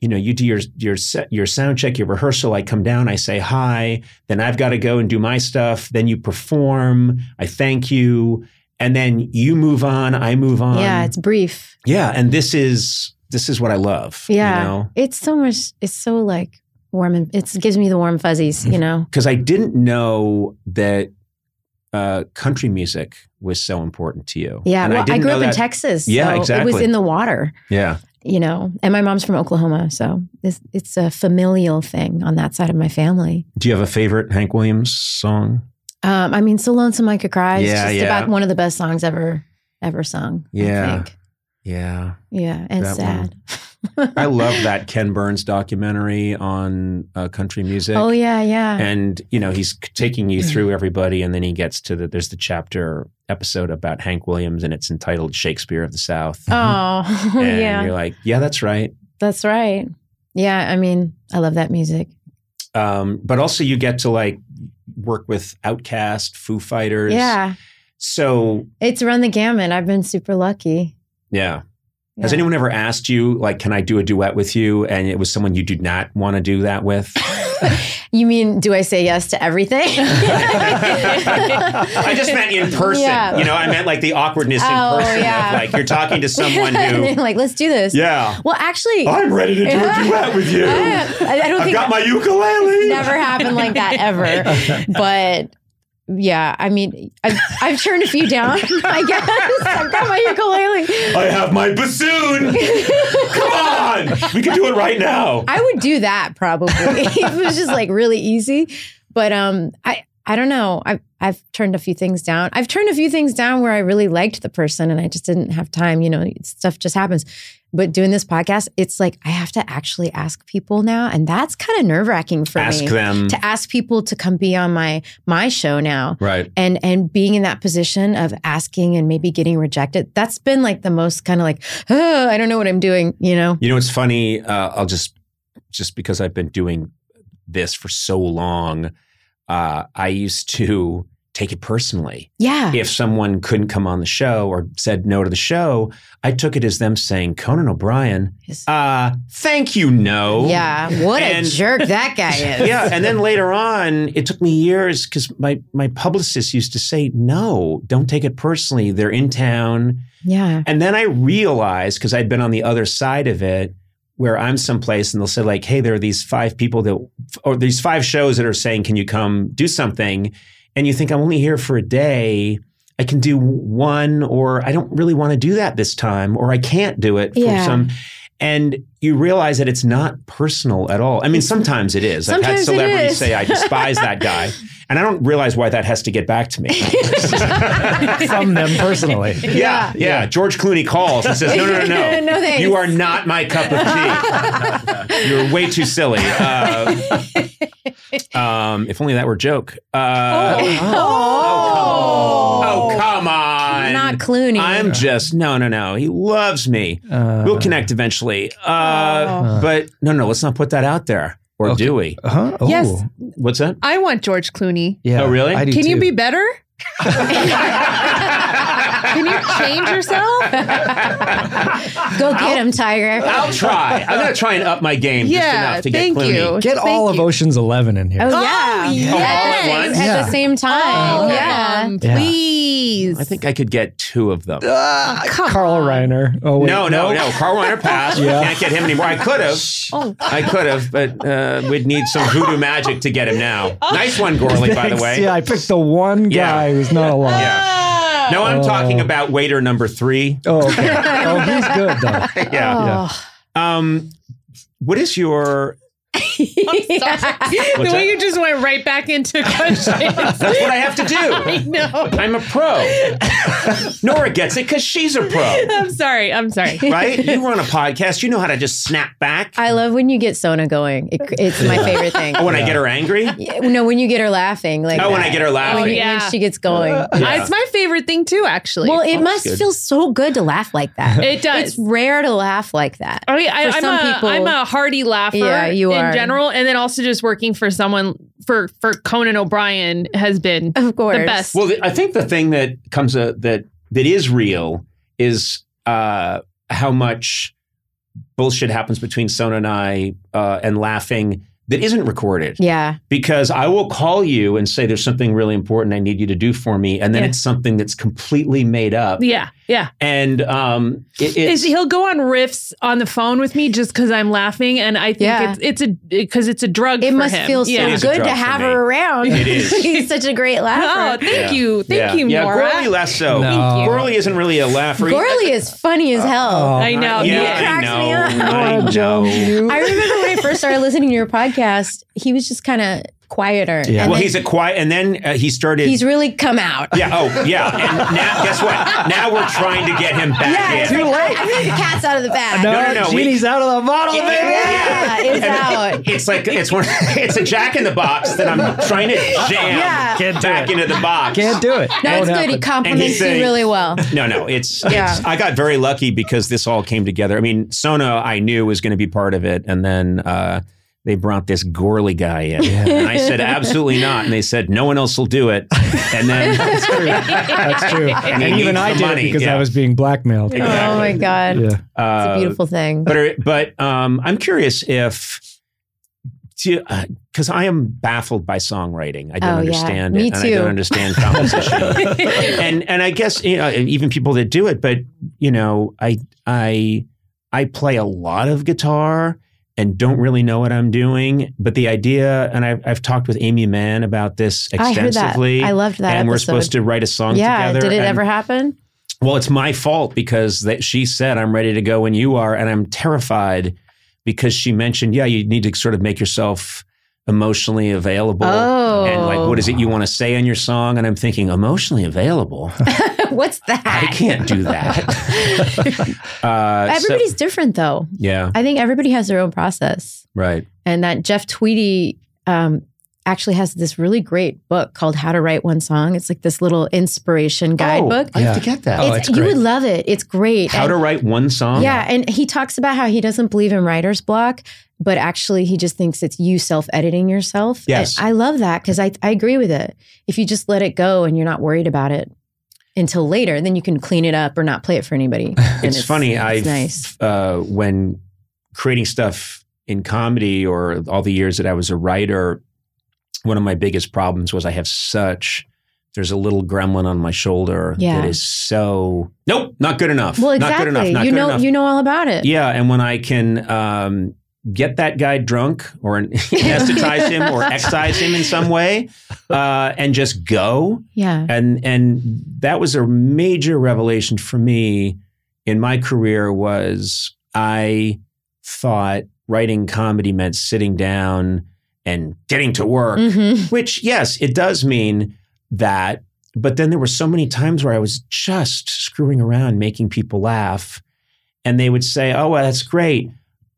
Speaker 3: You know, you do your your set, your sound check, your rehearsal. I come down, I say hi, then I've got to go and do my stuff. Then you perform, I thank you, and then you move on. I move on.
Speaker 1: yeah, it's brief.
Speaker 3: yeah. And this is this is what I love.
Speaker 1: Yeah.
Speaker 3: you know?
Speaker 1: It's so much it's so like warm and it gives me the warm fuzzies, you know.
Speaker 3: because I didn't know that uh, country music was so important to you.
Speaker 1: Yeah.
Speaker 3: and
Speaker 1: well, I,
Speaker 3: didn't
Speaker 1: grew
Speaker 3: know
Speaker 1: up in
Speaker 3: that-
Speaker 1: Texas.
Speaker 3: Yeah,
Speaker 1: so It was
Speaker 3: exactly.
Speaker 1: in the water,
Speaker 3: Yeah,
Speaker 1: you know. And my mom's from Oklahoma, so it's, it's a familial thing on that side of my family.
Speaker 3: do you have a favorite Hank Williams song?
Speaker 1: Um, I mean, "So Lonesome I Could Cry" is
Speaker 3: Yeah,
Speaker 1: just
Speaker 3: yeah.
Speaker 1: about one of the best songs ever, ever sung.
Speaker 3: Yeah.
Speaker 1: I think.
Speaker 3: Yeah,
Speaker 1: yeah, and
Speaker 3: That
Speaker 1: sad.
Speaker 3: I love
Speaker 1: *laughs*
Speaker 3: that Ken Burns documentary on uh, country music.
Speaker 1: oh yeah, Mm-hmm. yeah.
Speaker 3: And you know he's taking you through everybody, and then he gets to the there's the chapter episode about Hank Williams, and it's entitled Shakespeare of the South.
Speaker 1: oh *laughs*
Speaker 3: and
Speaker 1: yeah,
Speaker 3: you're like, yeah, that's right.
Speaker 1: that's right. Yeah, I mean, I love that music.
Speaker 3: Um, but also, you get to like work with Outcast, Foo Fighters.
Speaker 1: Yeah,
Speaker 3: So
Speaker 1: it's run the gamut. I've been super lucky.
Speaker 3: Yeah. Has
Speaker 1: Yeah.
Speaker 3: anyone ever asked you, like, can I do a duet with you? And it was someone you did not want to do that with?
Speaker 1: You mean, do I say yes to everything?
Speaker 3: I just meant in person.
Speaker 1: Yeah.
Speaker 3: You know, I meant like the awkwardness
Speaker 1: Oh,
Speaker 3: in person
Speaker 1: yeah.
Speaker 3: of like you're talking
Speaker 1: *laughs*
Speaker 3: to *laughs*
Speaker 1: And
Speaker 3: someone
Speaker 1: they're
Speaker 3: who,
Speaker 1: like, let's do this.
Speaker 3: yeah,
Speaker 1: Well, actually, *laughs*
Speaker 3: I'm ready to do a duet with you.
Speaker 1: I, I don't
Speaker 3: I've
Speaker 1: think
Speaker 3: got my ukulele.
Speaker 1: never happened like that ever. But yeah, I mean, I've, I've turned a few down, I guess. I've got my ukulele.
Speaker 3: I have my bassoon. Come on. We can do it right now.
Speaker 1: I would do that probably. *laughs* it was just like really easy. But um, I, I don't know. I, I've turned a few things down. I've turned a few things down where I really liked the person and I just didn't have time. You know, stuff just happens. But doing this podcast, it's like I have to actually ask people now. And that's kind of nerve wracking *laughs* for
Speaker 3: Ask
Speaker 1: me.
Speaker 3: them.
Speaker 1: To ask people to come be on my my show now.
Speaker 3: Right.
Speaker 1: and and being in that position of asking and maybe getting rejected that's been like the most kind of like oh i don't know what i'm doing you know
Speaker 3: You know, it's funny. Uh, I'll just just because I've been doing this for so long, uh, I used to take it personally.
Speaker 1: yeah
Speaker 3: If someone couldn't come on the show or said no to the show, I took it as them saying, "Conan O'Brien,
Speaker 1: Yes.
Speaker 3: uh, thank you, no."
Speaker 1: yeah what
Speaker 3: Oh. And-
Speaker 1: a jerk that
Speaker 3: *laughs*
Speaker 1: guy is
Speaker 3: yeah, and then later on, it took me years because my my publicist used to say, "No, don't take it personally. They're in town.
Speaker 1: yeah
Speaker 3: And then I realized because I'd been on the other side of it, where I'm someplace and they'll say like, "Hey, there are these five people that, or these five shows that are saying, can you come do something?" And you think I'm only here for a day. I can do one, or I don't really want to do that this time, or I can't do it for
Speaker 1: Yeah.
Speaker 3: some. And you realize that it's not personal at all. I mean, sometimes it is. I've
Speaker 1: Sometimes
Speaker 3: had
Speaker 1: it
Speaker 3: celebrities
Speaker 1: is.
Speaker 3: say, "I despise
Speaker 1: *laughs*
Speaker 3: that guy," and I don't realize why that has to get back to me.
Speaker 4: from
Speaker 1: *laughs*
Speaker 4: them personally.
Speaker 3: Yeah, yeah. George Clooney calls and says, "No, no, no, no,
Speaker 1: No, thanks.
Speaker 3: you are not my cup of tea. You're way too silly." Uh, um, if only that were a joke. Uh,
Speaker 1: oh,
Speaker 3: oh, come on!
Speaker 1: not clooney
Speaker 3: I'm just no, no, no. He loves me.
Speaker 4: Uh,
Speaker 3: we'll connect eventually. Uh,
Speaker 4: Oh.
Speaker 3: But no, no. Let's not put that out there. Or do we?
Speaker 4: Huh? Oh.
Speaker 5: Yes.
Speaker 3: What's that?
Speaker 5: I want George Clooney.
Speaker 4: Yeah.
Speaker 3: Oh, really?
Speaker 4: I do
Speaker 5: Can you
Speaker 4: too.
Speaker 5: be better? Can you change yourself?
Speaker 1: Go get him, Tiger.
Speaker 3: I'll try. I'm gonna try and up my game just
Speaker 5: yeah,
Speaker 3: enough to get
Speaker 5: thank
Speaker 3: Clooney.
Speaker 5: you.
Speaker 4: Get
Speaker 5: Thank
Speaker 4: all of
Speaker 5: you.
Speaker 4: Ocean's Eleven in here.
Speaker 1: Oh,
Speaker 5: Oh,
Speaker 1: yeah.
Speaker 5: yes.
Speaker 3: All at once? Um,
Speaker 1: At
Speaker 4: Yeah.
Speaker 1: the same time.
Speaker 5: Oh,
Speaker 1: yeah.
Speaker 5: come,
Speaker 4: Yeah.
Speaker 5: please.
Speaker 3: I
Speaker 5: *laughs*
Speaker 3: think I could get two of them.
Speaker 4: Carl Reiner. Oh wait,
Speaker 3: no, no, no. Carl Reiner passed.
Speaker 4: Yeah.
Speaker 3: We can't get him anymore. I could have. I could have, but uh, we'd need some voodoo magic to get him now. Nice one, Gorley, by the
Speaker 4: Thanks.
Speaker 3: way.
Speaker 4: Yeah, I picked the one
Speaker 3: Yeah.
Speaker 4: guy who's
Speaker 3: *laughs*
Speaker 4: not alive.
Speaker 3: Yeah. No, I'm talking about waiter number three.
Speaker 4: Oh, okay. oh, he's good
Speaker 3: *laughs*
Speaker 4: though.
Speaker 3: Yeah. Um, what is your?
Speaker 5: the
Speaker 3: What's
Speaker 5: way
Speaker 3: that?
Speaker 5: you just went right back into *laughs* questions. *laughs*
Speaker 3: That's what I have to do.
Speaker 5: no,
Speaker 3: I'm a pro. Nora gets it because she's a pro,
Speaker 5: I'm sorry. I'm sorry.
Speaker 3: right? You run a podcast. You know how to just snap back
Speaker 1: I love when you get Sona going. It, it's my favorite thing.
Speaker 3: when I get her angry.
Speaker 1: Yeah, no, when you get her laughing. Like
Speaker 3: Oh, when I
Speaker 1: that.
Speaker 3: get her laughing.
Speaker 1: When,
Speaker 5: Yeah.
Speaker 1: when she gets going.
Speaker 3: Yeah.
Speaker 5: It's my favorite thing too, actually.
Speaker 1: Well, it
Speaker 3: that's
Speaker 1: must
Speaker 3: good.
Speaker 1: feel so good to laugh like
Speaker 3: *laughs*
Speaker 1: that.
Speaker 5: It does.
Speaker 1: It's rare to laugh like that.
Speaker 5: I mean, I,
Speaker 1: for
Speaker 5: I'm,
Speaker 1: some
Speaker 5: a,
Speaker 1: people-
Speaker 5: I'm a hearty laugher
Speaker 1: Yeah, you
Speaker 5: in
Speaker 1: are.
Speaker 5: general. And then also just working for someone for, for Conan O'Brien
Speaker 1: *laughs*
Speaker 5: has been
Speaker 1: Of course.
Speaker 5: the best.
Speaker 3: Well, the, I think the thing that comes uh, that that is real is uh, how much bullshit happens between Sona and I uh, and laughing that isn't recorded.
Speaker 1: Yeah.
Speaker 3: Because I will call you and say there's something really important I need you to do for me, and then
Speaker 5: Yeah.
Speaker 3: it's something that's completely made up.
Speaker 5: yeah, yeah.
Speaker 3: And um, it,
Speaker 5: Is
Speaker 3: it's
Speaker 5: he'll go on riffs on the phone with me just because I'm laughing, and I think
Speaker 1: Yeah.
Speaker 5: it's it's a because it's a drug.
Speaker 1: It
Speaker 5: for
Speaker 1: must
Speaker 5: him.
Speaker 1: feel so
Speaker 5: Yeah.
Speaker 3: It is a
Speaker 1: good
Speaker 3: drug
Speaker 1: to
Speaker 3: for
Speaker 1: have
Speaker 3: me.
Speaker 1: her around.
Speaker 3: It
Speaker 1: *laughs*
Speaker 3: is.
Speaker 1: He's such a great
Speaker 5: Oh,
Speaker 1: laugher.
Speaker 5: thank you, thank
Speaker 3: yeah.
Speaker 5: you,
Speaker 3: Yeah,
Speaker 5: Nora.
Speaker 3: Gorley less so.
Speaker 4: No.
Speaker 3: Gorley isn't really a laugher.
Speaker 1: Gorley is funny as hell.
Speaker 5: I know.
Speaker 3: Yeah,
Speaker 1: He
Speaker 3: I
Speaker 1: cracks me
Speaker 3: know.
Speaker 1: up.
Speaker 3: I know.
Speaker 1: I remember when I first
Speaker 3: *laughs*
Speaker 1: started listening to your podcast, he was just kind of quieter.
Speaker 4: Yeah.
Speaker 1: And
Speaker 3: Well,
Speaker 1: then
Speaker 3: he's a quiet, and then uh, he started.
Speaker 1: he's really come out.
Speaker 3: Yeah. Oh, yeah. And now, guess what? Now we're trying to get him
Speaker 1: Yeah,
Speaker 3: back
Speaker 1: it's like, *laughs*
Speaker 3: in.
Speaker 1: I, I think the cat's out of the bag.
Speaker 3: Uh, No, no, no, we-
Speaker 4: Genie's out of the bottle, baby.
Speaker 1: oh, Yeah, it's out.
Speaker 3: It's like it's one. It's a Jack in the Box that I'm trying to jam
Speaker 1: Yeah.
Speaker 4: Can't do
Speaker 3: back
Speaker 4: it.
Speaker 3: into the box.
Speaker 4: Can't do it.
Speaker 1: No, it's good. He
Speaker 3: And
Speaker 1: compliments
Speaker 3: he's
Speaker 1: you
Speaker 3: saying-
Speaker 1: really
Speaker 3: *laughs*
Speaker 1: well.
Speaker 3: No, no, it's,
Speaker 1: Yeah.
Speaker 3: it's. I got very lucky because this all came together. I mean, Sona, I knew was going to be part of it, and then uh, they brought this Gorley guy in, and I said absolutely not, and they said no one else will do it,
Speaker 1: *laughs*
Speaker 3: and then
Speaker 4: That's
Speaker 3: *laughs*
Speaker 4: true. And,
Speaker 3: he
Speaker 4: even
Speaker 3: needs
Speaker 4: I
Speaker 3: the
Speaker 4: did
Speaker 3: money,
Speaker 4: it because
Speaker 3: yeah.
Speaker 4: I was being blackmailed.
Speaker 1: Oh my god,
Speaker 4: Yeah.
Speaker 1: it's
Speaker 3: uh,
Speaker 1: a beautiful thing. *laughs*
Speaker 3: but are, but um, I'm curious if because I am baffled by songwriting. I don't
Speaker 1: Oh, yeah.
Speaker 3: understand it,
Speaker 1: Me
Speaker 3: and I
Speaker 1: too.
Speaker 3: don't
Speaker 1: *laughs*
Speaker 3: understand composition. and and I guess you know, even people that do it, but you know, I I I play a lot of guitar and don't really know what I'm doing. But the idea, and I've, I've talked with Amy Mann about this
Speaker 1: I heard that.
Speaker 3: extensively.
Speaker 1: I loved that.
Speaker 3: and
Speaker 1: episode.
Speaker 3: we're supposed to write a song
Speaker 1: Yeah,
Speaker 3: together.
Speaker 1: did it
Speaker 3: and-
Speaker 1: ever happen? *laughs*
Speaker 3: well, it's my fault because that she said I'm ready to go when you are, and I'm terrified because she mentioned, yeah, you need to sort of make yourself emotionally available.
Speaker 1: Oh,
Speaker 3: And like, what is it you want to say in your song? And I'm thinking, emotionally available?
Speaker 1: What's
Speaker 3: I
Speaker 1: that?
Speaker 3: can't do *laughs* that. uh, so-
Speaker 1: Everybody's different though.
Speaker 3: yeah,
Speaker 1: I think everybody has their own process.
Speaker 3: right.
Speaker 1: and that Jeff Tweedy um, actually has this really great book called How to Write One Song. It's like this little
Speaker 3: Oh.
Speaker 1: inspiration guidebook.
Speaker 3: I have to get that.
Speaker 4: Oh,
Speaker 1: it's,
Speaker 4: it's
Speaker 1: you
Speaker 4: great.
Speaker 1: would love it. It's great.
Speaker 3: Uh, How
Speaker 1: And-
Speaker 3: to write one song?
Speaker 1: yeah, and he talks about how he doesn't believe in writer's block, but actually he just thinks it's you self-editing yourself.
Speaker 3: Yes.
Speaker 1: And I love that because I, I agree with it. If you just let it go and you're not worried about it until later, then you can clean it up or not play it for
Speaker 3: *laughs*
Speaker 1: anybody. And
Speaker 3: it's, funny.
Speaker 1: it's
Speaker 3: I
Speaker 1: nice.
Speaker 3: uh, when creating stuff in comedy or all the years that I was a writer, one of my biggest problems was I have such. There's a little gremlin on my shoulder
Speaker 1: Yeah.
Speaker 3: that is so nope, not good enough.
Speaker 1: Well,
Speaker 3: Not
Speaker 1: exactly.
Speaker 3: good enough. Not
Speaker 1: you
Speaker 3: good
Speaker 1: know
Speaker 3: enough.
Speaker 1: you know all about it.
Speaker 3: yeah, and when I can um, get that guy drunk or *laughs* anesthetize him
Speaker 1: *laughs*
Speaker 3: or excise him in some way, uh, and just go,
Speaker 1: yeah.
Speaker 3: and and that was a major revelation for me in my career was I thought writing comedy meant sitting down and getting to work
Speaker 1: Mhm.
Speaker 3: which yes it does mean that but then there were so many times where I was just screwing around making people laugh and they would say oh well, that's great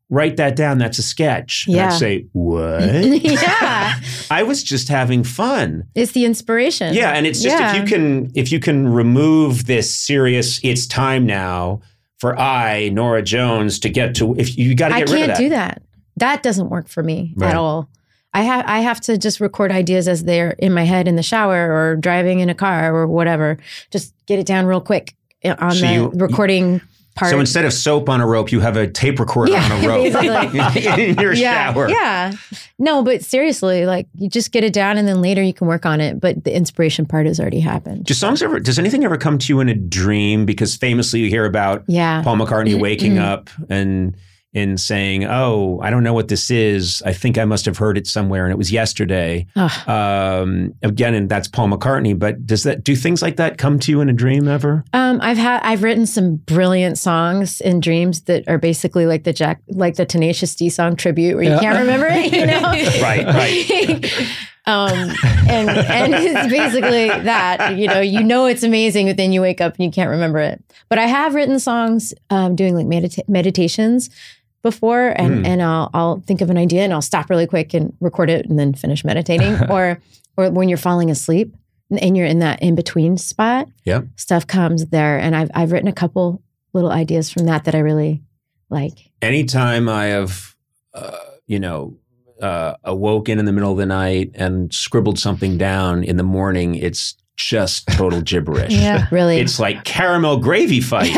Speaker 3: write that down that's a sketch and
Speaker 1: Yeah.
Speaker 3: I'd say
Speaker 1: *laughs*
Speaker 3: what
Speaker 1: *laughs* yeah,
Speaker 3: I was just having fun
Speaker 1: it's the inspiration.
Speaker 3: yeah, and it's just
Speaker 1: Yeah.
Speaker 3: if you can if you can remove this serious it's time now for I Nora Jones to get to if you got to
Speaker 1: I
Speaker 3: get rid of
Speaker 1: can't
Speaker 3: that.
Speaker 1: do that. That doesn't work for me
Speaker 3: Right.
Speaker 1: at all. I have I have to just record ideas as they're in my head in the shower or driving in a car or whatever. Just get it down real quick eh, on
Speaker 3: So
Speaker 1: the
Speaker 3: you-
Speaker 1: recording part.
Speaker 3: So instead of soap on a rope, you have a tape recorder
Speaker 1: Yeah,
Speaker 3: on a rope
Speaker 1: basically.
Speaker 3: *laughs* in your
Speaker 1: yeah,
Speaker 3: shower.
Speaker 1: yeah. No, but seriously, like you just get it down and then later you can work on it. But the inspiration part has already happened.
Speaker 3: Do songs ever? Does anything ever come to you in a dream? Because famously, you hear about
Speaker 1: Yeah. Mm-hmm.
Speaker 3: Paul McCartney waking up and and saying, "Oh, I don't know what this is. I think I must have heard it somewhere, and it was yesterday."
Speaker 1: Ugh.
Speaker 3: Um, again, and that's Paul McCartney. But does that do things like that come to you in a dream ever?
Speaker 1: Um, I've had I've written some brilliant songs in dreams that are basically like the Jack like the Tenacious D song tribute where you
Speaker 4: Yeah.
Speaker 1: can't remember it, you know?
Speaker 3: Right,
Speaker 1: right. *laughs* um, and and it's basically that you know you know it's amazing, but then you wake up and you can't remember it. But I have written songs um, doing like medita- meditations before,
Speaker 3: Hmm.
Speaker 1: and and I'll I'll think of an idea and I'll stop really quick and record it and then finish
Speaker 3: *laughs*
Speaker 1: meditating, or or when you're falling asleep and you're in that in between spot stuff comes there and I've I've written a couple little ideas from that that I really like.
Speaker 3: anytime I have, uh, you know, uh, awoken in the middle of the night and scribbled something down in the morning, it's just
Speaker 1: *laughs*
Speaker 3: total gibberish.
Speaker 1: Really.
Speaker 3: It's like caramel gravy fight.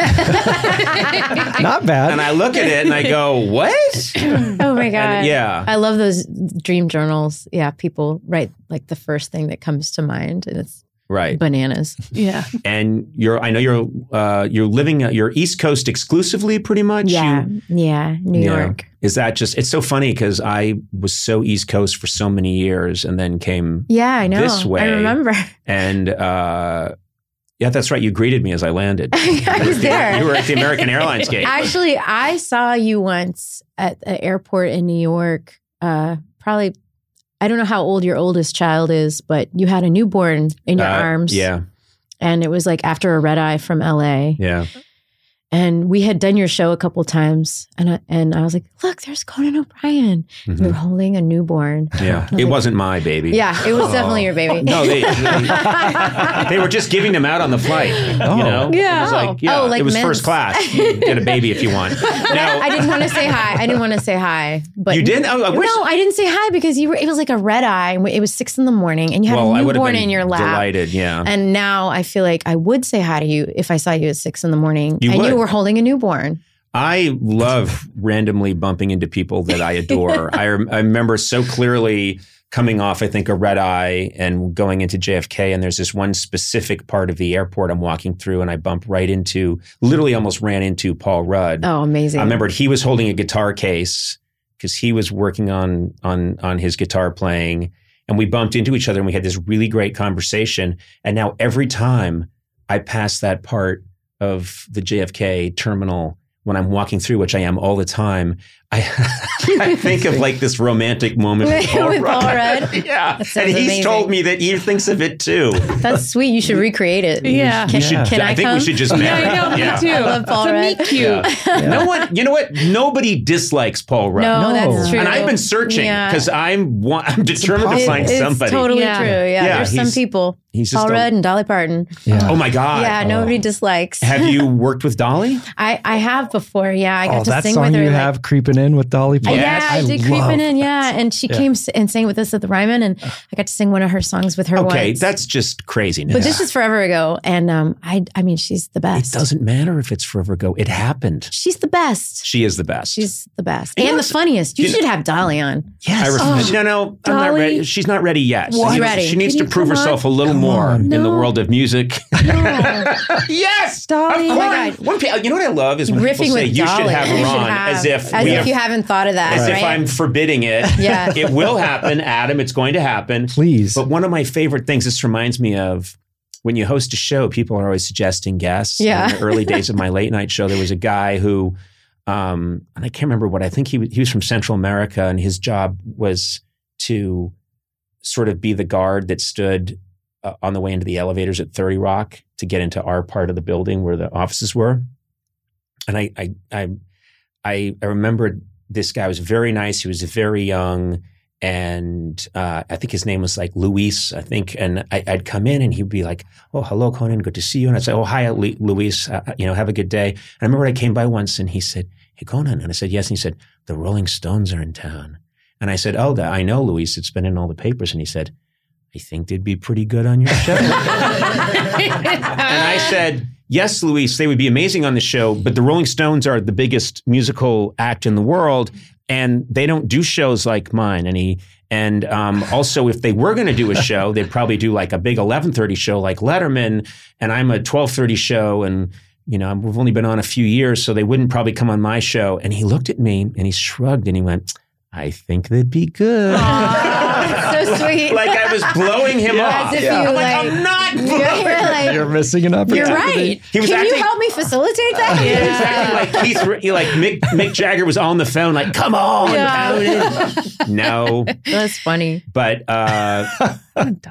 Speaker 4: Not bad.
Speaker 3: and I look at it and I go, what?
Speaker 1: *laughs* oh my god.
Speaker 3: *laughs* And yeah.
Speaker 1: I love those dream journals. Yeah, people write like the first thing that comes to mind and it's
Speaker 3: Right.
Speaker 1: bananas.
Speaker 5: Yeah.
Speaker 3: And you're, I know you're, uh, you're living, you're East Coast exclusively pretty much.
Speaker 1: Yeah.
Speaker 3: You-
Speaker 1: yeah, New
Speaker 3: Yeah.
Speaker 1: York.
Speaker 3: is that just, it's so funny because I was so East Coast for so many years and then came
Speaker 1: Yeah, I know.
Speaker 3: This way.
Speaker 1: I remember. *laughs*
Speaker 3: and, uh, yeah, that's right. You greeted me as
Speaker 1: *laughs*
Speaker 3: I landed.
Speaker 1: I was there.
Speaker 3: You were at the American
Speaker 1: *laughs*
Speaker 3: Airlines game.
Speaker 1: Actually, I saw you once at an airport in New York. Uh, probably, I don't know how old your oldest child is, but you had a newborn in your
Speaker 3: Uh,
Speaker 1: arms.
Speaker 3: Yeah,
Speaker 1: And it was like after a red eye from LA.
Speaker 3: yeah.
Speaker 1: And we had done your show a couple times. And I, and I was like, look, there's Conan O'Brien. You were
Speaker 3: mhm.
Speaker 1: holding a newborn.
Speaker 3: Yeah. It wasn't my baby.
Speaker 1: Yeah, it was
Speaker 3: Oh.
Speaker 1: definitely your baby. *laughs*
Speaker 3: No, they, they, they were just giving them out on the flight.
Speaker 4: Oh.
Speaker 3: You know? It
Speaker 5: Yeah.
Speaker 3: was like, yeah,
Speaker 1: Oh, like
Speaker 3: it was
Speaker 1: mints.
Speaker 3: first class. You get a baby if
Speaker 1: *laughs*
Speaker 3: you want. Now,
Speaker 1: I didn't want to say hi. I didn't want to say hi. But
Speaker 3: you didn't? Oh, I wish.
Speaker 1: no, I didn't say hi because you were. It was like a red eye. and It was six in the morning, and you had
Speaker 3: well, I
Speaker 1: a
Speaker 3: would have
Speaker 1: newborn
Speaker 3: been
Speaker 1: in your lap.
Speaker 3: delighted. Yeah.
Speaker 1: And now I feel like I would say hi to you if I saw you at six in the morning,
Speaker 3: You
Speaker 1: and
Speaker 3: would.
Speaker 1: you were holding a newborn.
Speaker 3: I love randomly bumping into people that
Speaker 1: *laughs*
Speaker 3: I adore. I, rem- I remember so clearly coming off, I think, a red eye and going into JFK. And there's this one specific part of the airport I'm walking through, and I bump right into, literally almost ran into Paul Rudd.
Speaker 1: Oh, amazing!
Speaker 3: I remembered he was holding a guitar case because he was working on on on his guitar playing, and we bumped into each other and we had this really great conversation. And now every time I pass that part of the JFK terminal when I'm walking through, which I am all the time, I, *laughs* I think of like this romantic moment with Paul
Speaker 1: With Paul
Speaker 3: Rudd.
Speaker 1: Rudd?
Speaker 3: *laughs* yeah,
Speaker 1: That sounds
Speaker 3: and he's
Speaker 1: amazing.
Speaker 3: told me that he thinks of it too.
Speaker 1: That's sweet. You should recreate it.
Speaker 5: Yeah.
Speaker 1: Can,
Speaker 4: You should-
Speaker 1: can
Speaker 3: I,
Speaker 1: I,
Speaker 3: think
Speaker 1: come?
Speaker 3: we
Speaker 1: *laughs*
Speaker 3: should just
Speaker 5: Yeah,
Speaker 3: marry.
Speaker 5: I know.
Speaker 3: Yeah.
Speaker 5: Me too.
Speaker 1: I love Paul
Speaker 5: It's a
Speaker 1: Rudd.
Speaker 5: meet cute. *laughs*
Speaker 3: Yeah. No one, you know what? Nobody dislikes Paul Rudd.
Speaker 1: No,
Speaker 4: No.
Speaker 1: that's true.
Speaker 3: And I've been searching
Speaker 1: Yeah.
Speaker 3: because I'm wa- I'm determined to
Speaker 1: It-
Speaker 3: find
Speaker 1: it's
Speaker 3: somebody.
Speaker 1: totally
Speaker 5: Yeah.
Speaker 1: true. Yeah,
Speaker 3: Yeah,
Speaker 1: there's some
Speaker 3: he's-
Speaker 1: people.
Speaker 3: He's just
Speaker 1: Paul
Speaker 3: a-
Speaker 1: Rudd and Dolly Parton.
Speaker 4: yeah.
Speaker 3: Oh my god!
Speaker 1: yeah, nobody dislikes.
Speaker 3: Have
Speaker 1: *laughs*
Speaker 3: you worked with Dolly?
Speaker 1: I, I have before. Yeah, I got
Speaker 4: oh,
Speaker 1: to
Speaker 4: that
Speaker 1: sing
Speaker 4: song
Speaker 1: with her.
Speaker 4: you
Speaker 1: like,
Speaker 4: have creeping in with Dolly Parton.
Speaker 1: Yeah, I, did
Speaker 4: love
Speaker 1: creeping in.
Speaker 4: that
Speaker 1: Yeah,
Speaker 4: song.
Speaker 1: and she
Speaker 4: Yeah.
Speaker 1: came s- and sang with us at the Ryman, and I got to sing one of her songs with her.
Speaker 3: Okay,
Speaker 1: once.
Speaker 3: that's just craziness.
Speaker 1: but this is forever ago, and um, I I mean she's the
Speaker 3: it
Speaker 1: best.
Speaker 3: doesn't matter if it's forever ago. It happened.
Speaker 1: She's the best.
Speaker 3: She is the best.
Speaker 1: She's the best
Speaker 3: You
Speaker 1: and
Speaker 3: know,
Speaker 1: the funniest. You
Speaker 3: you know-
Speaker 1: should have Dolly on.
Speaker 3: yes. no, no, I'm not
Speaker 5: Dolly?
Speaker 3: ready. She's not ready yet.
Speaker 1: Oh, What?
Speaker 3: She, needs-
Speaker 1: Ready.
Speaker 3: she needs
Speaker 5: Can
Speaker 3: to
Speaker 5: you
Speaker 3: prove
Speaker 5: come
Speaker 3: herself a little more
Speaker 4: on.
Speaker 3: in the
Speaker 5: No.
Speaker 3: world of music.
Speaker 1: No.
Speaker 3: *laughs* yes,
Speaker 5: Dolly.
Speaker 3: Of
Speaker 5: Oh my
Speaker 3: course. One pe- you know what I love is when people
Speaker 1: Riffing
Speaker 3: say
Speaker 1: with
Speaker 3: you
Speaker 1: Dolly.
Speaker 3: should have
Speaker 1: You
Speaker 3: her on
Speaker 1: have-
Speaker 3: as if
Speaker 1: as
Speaker 3: we
Speaker 1: if
Speaker 3: have
Speaker 1: you haven't thought of that.
Speaker 3: as
Speaker 1: right?
Speaker 3: if I'm forbidding it.
Speaker 1: *laughs*
Speaker 3: *laughs*
Speaker 1: Yeah.
Speaker 3: It will happen, Adam. It's going to happen.
Speaker 4: Please.
Speaker 3: But one of my favorite things this reminds me of when you host a show, people are always suggesting guests.
Speaker 1: Yeah.
Speaker 3: In the early days of my late night show, there was a guy who, um, and I can't remember what I think he was, he was from Central America, and his job was to sort of be the guard that stood uh, on the way into the elevators at 30 Rock to get into our part of the building where the offices were. And I, I, I, I, I remembered this guy was very nice. He was very young. And uh, I think his name was like Luis, I think. And I, I'd come in and he'd be like, Oh, hello, Conan. Good to see you. And I'd say, Oh, hi, Lu- Luis. Uh, you know, have a good day. And I remember I came by once and he said, Hey, Conan. And I said, Yes. And he said, The Rolling Stones are in town. And I said, Oh, that I know, Luis. It's been in all the papers. And he said, I think they'd be pretty good on your show. and
Speaker 5: *laughs*
Speaker 3: I said, Yes, Luis, they would be amazing on the show, but the Rolling Stones are the biggest musical act in the world, and they don't do shows like mine. And he, and um, also, if they were going to do a show, they'd probably do like a big eleven thirty show like Letterman, and I'm a twelve thirty show, and you know we've only been on a few years, so they wouldn't probably come on my show. And he looked at me and he shrugged and he went, "I think they'd be good."
Speaker 1: That's *laughs* so sweet.
Speaker 3: *laughs* like I was blowing him
Speaker 1: As
Speaker 3: off.
Speaker 1: if you
Speaker 3: I'm like,
Speaker 1: like, *laughs*
Speaker 3: I'm not
Speaker 1: you're,
Speaker 3: blowing. *laughs*
Speaker 1: like,
Speaker 4: You're
Speaker 1: you're,
Speaker 4: missing an opportunity.
Speaker 1: right.
Speaker 3: He was
Speaker 1: Can
Speaker 3: acting-
Speaker 1: you help me facilitate
Speaker 3: *laughs*
Speaker 1: that?
Speaker 3: Exactly. Like Keith, Ri- he, like Mick, Mick Jagger was on the phone, like, "Come on,
Speaker 1: Yeah.
Speaker 3: no."
Speaker 1: That's funny.
Speaker 3: But uh,
Speaker 4: *laughs*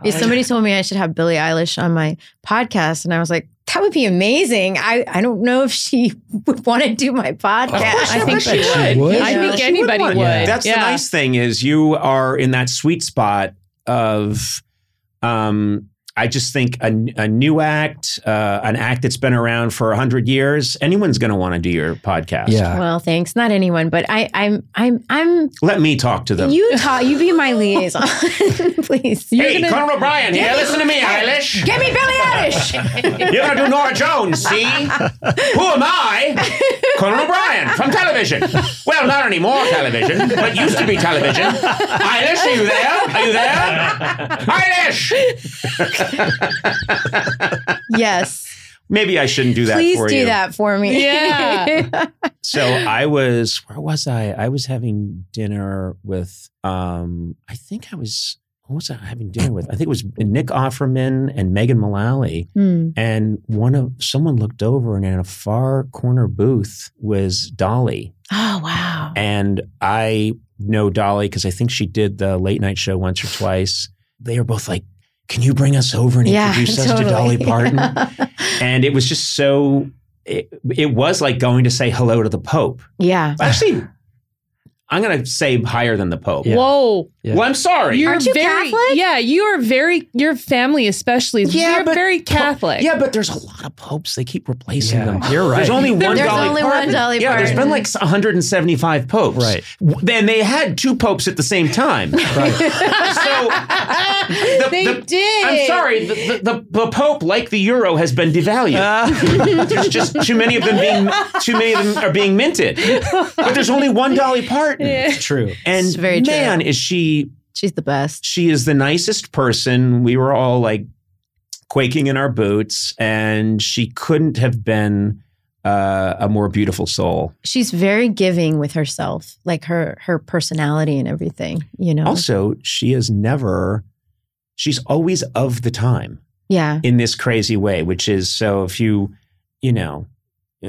Speaker 1: Yeah, somebody told me I should have Billie Eilish on my podcast, and I was like, that would be amazing. I, I don't know if she *laughs* would want to do my podcast.
Speaker 5: I think she
Speaker 4: bet she
Speaker 5: would.
Speaker 4: would.
Speaker 5: I
Speaker 1: Yeah.
Speaker 5: think
Speaker 1: She would
Speaker 5: anybody would.
Speaker 4: want that.
Speaker 3: that's the
Speaker 5: Yeah.
Speaker 3: nice thing is you are in that sweet spot of, um, I just think a, a new act, uh, an act that's been around for hundred years, anyone's going to want to do your podcast.
Speaker 4: Yeah.
Speaker 1: Well, thanks. Not anyone, but I, I'm, I'm, I'm.
Speaker 3: Let me talk to them.
Speaker 1: You talk. You be my
Speaker 3: *laughs*
Speaker 1: liaison, *laughs* please. You're
Speaker 3: hey,
Speaker 1: gonna-
Speaker 3: Conan O'Brien here. Listen to me, Eilish.
Speaker 1: Get me Billie
Speaker 3: *laughs*
Speaker 1: Eilish.
Speaker 3: You're gonna do Nora Jones, see? Who am I? Conan O'Brien from television. Well, not anymore television, but used to be television. Eilish, are you there? Are you there? Eilish!
Speaker 1: yes.
Speaker 3: Maybe I shouldn't do that
Speaker 1: Please
Speaker 3: for
Speaker 1: do
Speaker 3: you.
Speaker 1: that for me.
Speaker 5: Yeah.
Speaker 3: So I was, where was I? I was having dinner with, um, I think I was, who was I having dinner with? I think it was Nick Offerman and Megan Mullally.
Speaker 1: *laughs* Hmm.
Speaker 3: And one of, someone looked over and in a far corner booth was Dolly.
Speaker 1: Oh wow.
Speaker 3: And I know Dolly because I think she did the late night show once or twice. They were both like, Can you bring us over and
Speaker 1: *laughs*
Speaker 3: introduce us to Dolly Parton? and it was just so, it, it was like going to say hello to the Pope.
Speaker 1: yeah.
Speaker 3: Actually, I'm going to say higher than the Pope.
Speaker 5: Whoa.
Speaker 4: Yeah.
Speaker 3: Well, I'm sorry.
Speaker 5: You're
Speaker 1: Aren't you
Speaker 5: very,
Speaker 1: Catholic?
Speaker 5: Yeah, you are very, your family especially, is
Speaker 3: Yeah,
Speaker 5: you're
Speaker 3: but-
Speaker 5: very Catholic.
Speaker 3: yeah, but there's a lot of popes. They keep replacing
Speaker 4: Yeah.
Speaker 3: them.
Speaker 4: You're right.
Speaker 3: There's only one
Speaker 1: There's
Speaker 3: Dolly
Speaker 1: only
Speaker 3: Parton.
Speaker 1: one Dolly
Speaker 3: yeah, there's been
Speaker 1: Parton.
Speaker 3: like 175 popes.
Speaker 4: Right.
Speaker 3: W- Then they had two popes at the same
Speaker 4: *laughs*
Speaker 3: time. Right. so the-
Speaker 5: They
Speaker 3: the-
Speaker 5: did.
Speaker 3: I'm sorry. The, the, the, the Pope, like the euro, has been devalued. *laughs*
Speaker 4: Uh.
Speaker 3: there's just too many of them being too many of them are being minted. But there's only one Dolly Parton,
Speaker 4: True.
Speaker 3: and
Speaker 1: It's very true.
Speaker 3: man, is she
Speaker 1: She's the best.
Speaker 3: she is the nicest person. We were all like quaking in our boots, and she couldn't have been uh, a more beautiful soul.
Speaker 1: She's very giving with herself, like her her personality and everything. You know.
Speaker 3: Also, she is never. She's always of the time.
Speaker 1: yeah.
Speaker 3: in this crazy way, which is so if you, you know, uh,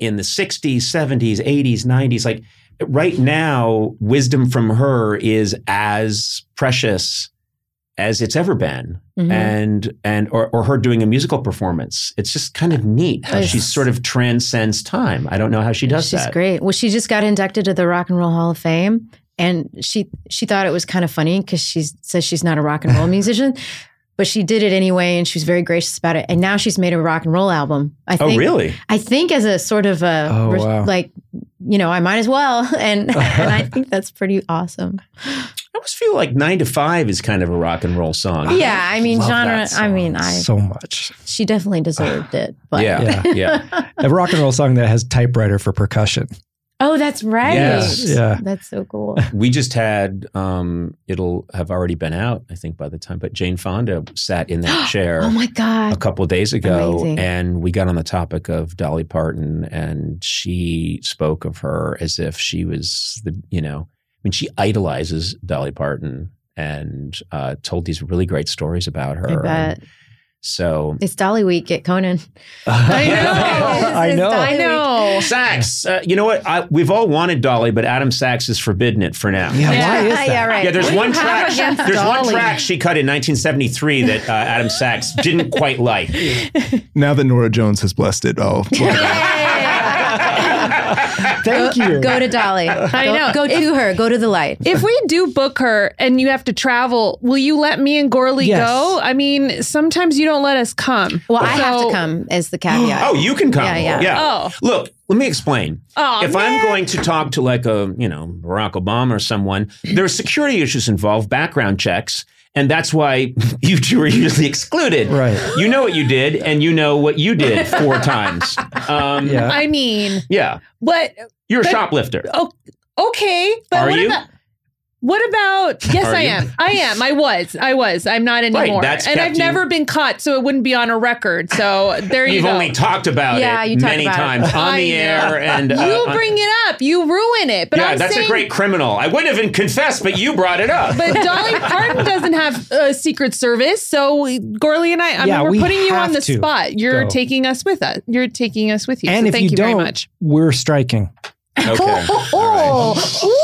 Speaker 3: in the 60s, 70s, 80s, 90s, like right now, wisdom from her is as precious as it's ever been.
Speaker 1: Mhm.
Speaker 3: And, and, or, or her doing a musical performance. It's just kind of neat how she
Speaker 1: It's-
Speaker 3: sort of transcends time. I don't know how she does
Speaker 1: She's
Speaker 3: that.
Speaker 1: great. Well, she just got inducted to the Rock and Roll Hall of Fame, and she she thought it was kind of funny because she says she's not a rock
Speaker 3: *laughs*
Speaker 1: and roll musician, but she did it anyway, and she was very gracious about it. And now she's made a rock and roll album. I
Speaker 3: Oh,
Speaker 1: think,
Speaker 3: really?
Speaker 1: I think as a sort of a
Speaker 4: Oh,
Speaker 1: re-
Speaker 4: wow.
Speaker 1: like you know I might as well, *laughs*
Speaker 3: *laughs*
Speaker 1: and and I think that's pretty awesome.
Speaker 3: I always feel like Nine to Five is kind of a rock and roll song.
Speaker 1: Yeah, I mean
Speaker 4: Love
Speaker 1: genre.
Speaker 4: that
Speaker 1: I
Speaker 4: song
Speaker 1: mean, I
Speaker 4: so much.
Speaker 1: she definitely deserved it. But *laughs*
Speaker 3: Yeah.
Speaker 4: Yeah.
Speaker 3: yeah.
Speaker 4: A rock and roll song that has typewriter for percussion.
Speaker 1: oh, that's right.
Speaker 3: Yes.
Speaker 4: Yeah.
Speaker 1: that's so cool.
Speaker 3: we just had um it'll have already been out i think by the time but jane fonda sat in
Speaker 1: *gasps*
Speaker 3: that chair
Speaker 1: Oh my
Speaker 3: a
Speaker 1: god.
Speaker 3: couple days ago
Speaker 1: Amazing.
Speaker 3: and we got on the topic of dolly parton and she spoke of her as if she was the you know i mean she idolizes dolly parton and uh, told these really great stories about her
Speaker 1: I bet.
Speaker 3: And
Speaker 1: *laughs*
Speaker 3: so
Speaker 1: It's Dolly Week at
Speaker 3: *laughs*
Speaker 1: Conan. *laughs*
Speaker 5: I know.
Speaker 4: I know.
Speaker 5: I know.
Speaker 3: Sachs, uh, you know what? I, we've all wanted Dolly, but Adam Sachs has forbidden it for now.
Speaker 4: Yeah, why is
Speaker 1: Yeah,
Speaker 4: that?
Speaker 1: yeah, right.
Speaker 3: Yeah, there's
Speaker 1: What do
Speaker 3: one
Speaker 1: you have
Speaker 3: track.
Speaker 1: against
Speaker 3: There's one
Speaker 1: Dolly?
Speaker 3: track she cut in 1973 that uh, Adam Sachs didn't quite like.
Speaker 6: Now that Nora Jones has blessed it,
Speaker 3: *laughs*
Speaker 6: oh,
Speaker 4: Thank you.
Speaker 1: Go to Dolly. I go,
Speaker 5: know.
Speaker 1: Go to her. Go to the light.
Speaker 5: If we do book her and you have to travel, will you let me and Gorley
Speaker 4: Yes.
Speaker 5: go? I mean, sometimes you don't let us come.
Speaker 1: Well, I have
Speaker 5: So-
Speaker 1: to come as the caveat.
Speaker 3: *gasps* Oh, you can come.
Speaker 1: Yeah, yeah.
Speaker 5: Oh.
Speaker 3: Look, let me explain.
Speaker 5: Aw,
Speaker 3: if I'm going to talk to like a, you know, Barack Obama or someone, there are security issues involved, background checks. And that's why *laughs* you two are usually excluded.
Speaker 4: Right.
Speaker 3: You know what you did, and you know what you did four times. Um, yeah.
Speaker 4: Yeah.
Speaker 5: I mean, what?
Speaker 3: You're a
Speaker 5: But-
Speaker 3: shoplifter.
Speaker 5: Oh, okay. But
Speaker 3: Are
Speaker 5: what
Speaker 3: you?
Speaker 5: about? What about?
Speaker 3: *laughs*
Speaker 5: Yes,
Speaker 3: Are
Speaker 5: I
Speaker 3: you?
Speaker 5: am. I am. I was. I was. I'm not anymore.
Speaker 3: that's
Speaker 5: and
Speaker 3: kept
Speaker 5: I've
Speaker 3: you-
Speaker 5: never been caught, so it wouldn't be on a record. So there you
Speaker 3: You've
Speaker 5: go.
Speaker 3: only talked about
Speaker 1: Yeah,
Speaker 3: it
Speaker 1: you talked
Speaker 3: many
Speaker 1: about it.
Speaker 3: times on
Speaker 5: I
Speaker 3: the
Speaker 5: know.
Speaker 3: air. And
Speaker 5: you
Speaker 3: on-
Speaker 5: bring it up. You ruin it. But
Speaker 3: uh, yeah,
Speaker 5: I'm
Speaker 3: that's
Speaker 5: saying,
Speaker 3: a great criminal. I wouldn't have confessed, but you brought it up. *laughs*
Speaker 5: But Dolly Parton doesn't have a Secret Service, so we- Gorley and I. I
Speaker 4: Yeah,
Speaker 5: mean, we're
Speaker 4: we
Speaker 5: putting you on
Speaker 4: have
Speaker 5: the
Speaker 4: to
Speaker 5: spot. You're
Speaker 4: go.
Speaker 5: taking us with us. You're taking us with you.
Speaker 4: and
Speaker 5: so
Speaker 4: if
Speaker 5: thank
Speaker 4: you,
Speaker 5: you,
Speaker 4: don't,
Speaker 5: very much.
Speaker 4: we're striking.
Speaker 3: okay.
Speaker 5: *laughs*
Speaker 1: Oh,
Speaker 4: Yeah.
Speaker 1: ooh.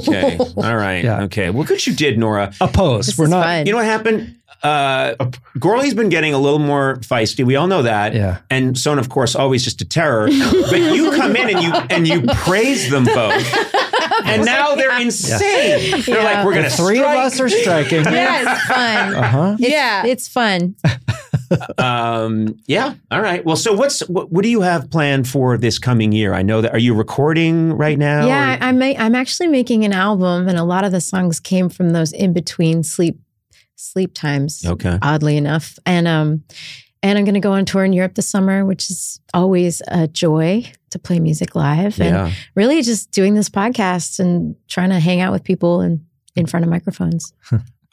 Speaker 3: Okay. All right.
Speaker 4: Yeah.
Speaker 3: Okay. Well, good you did, Nora.
Speaker 4: Opposed.
Speaker 1: This
Speaker 4: we're
Speaker 1: is
Speaker 4: not.
Speaker 1: fun.
Speaker 3: You know what happened? Uh, Gorley's been getting a little more feisty. We all know that.
Speaker 4: Yeah.
Speaker 3: And Son, of course, always just
Speaker 1: *laughs*
Speaker 3: a terror. but you come in and you and you praise them both.
Speaker 1: *laughs*
Speaker 3: And now they're insane. They're
Speaker 1: Yeah. *laughs*
Speaker 3: like, we're going to
Speaker 4: Three
Speaker 3: strike.
Speaker 4: of us are striking.
Speaker 1: Yes,
Speaker 3: *laughs*
Speaker 1: fun.
Speaker 4: Uh huh.
Speaker 5: yeah.
Speaker 1: It's fun.
Speaker 3: Um, yeah. All right. Well, so what's what, what do you have planned for this coming year? I know that are you recording right now?
Speaker 1: Yeah, I, I'm. ma- I'm actually making an album, and a lot of the songs came from those in between sleep sleep times.
Speaker 3: Or- okay.
Speaker 1: Oddly enough, and um, and I'm going to go on tour in Europe this summer, which is always a joy to play music live, and
Speaker 3: Yeah.
Speaker 1: really just doing this podcast and trying to hang out with people and in front of microphones.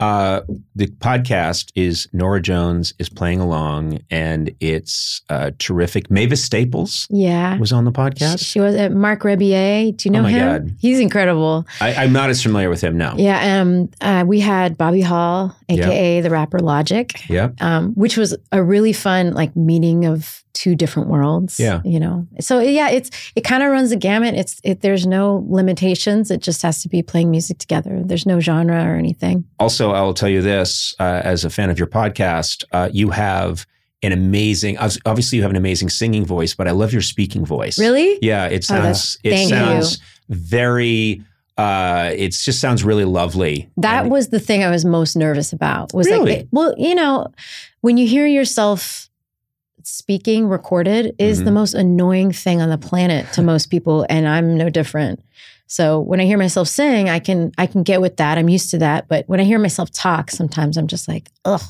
Speaker 3: Uh, the podcast is Nora Jones is playing along, and it's uh, terrific. Mavis Staples
Speaker 1: Yeah.
Speaker 3: was on the
Speaker 1: She,
Speaker 3: podcast.
Speaker 1: she was at Mark Rebier. Do you
Speaker 3: Oh
Speaker 1: know
Speaker 3: my
Speaker 1: him?
Speaker 3: God.
Speaker 1: He's incredible.
Speaker 3: I, I'm not as familiar with him now.
Speaker 1: Yeah. Um. Uh, we had Bobby Hall, aka the rapper Logic.
Speaker 3: Yeah.
Speaker 1: um, which was a really fun like meeting of two different worlds.
Speaker 3: Yeah.
Speaker 1: you know. So yeah, it's it kind of runs the gamut. It's it, there's no limitations. It just has to be playing music together. There's no genre or anything.
Speaker 3: Also, I will tell you this: uh, as a fan of your podcast, uh, you have an amazing. obvi- Obviously, you have an amazing singing voice, but I love your speaking voice.
Speaker 1: Really?
Speaker 3: Yeah, it
Speaker 1: Oh, that's-
Speaker 3: sounds. it
Speaker 1: thank you.
Speaker 3: sounds very. Uh, it just sounds really lovely.
Speaker 1: That
Speaker 3: And-
Speaker 1: was the thing I was most nervous about. Was
Speaker 3: Really?
Speaker 1: like, well, you know, when you hear yourself speaking recorded is
Speaker 3: Mhm.
Speaker 1: the most annoying thing on the planet to most people, and I'm no different. So when I hear myself sing, I can I can get with that. I'm used to that. But when I hear myself talk, sometimes I'm just like, ugh.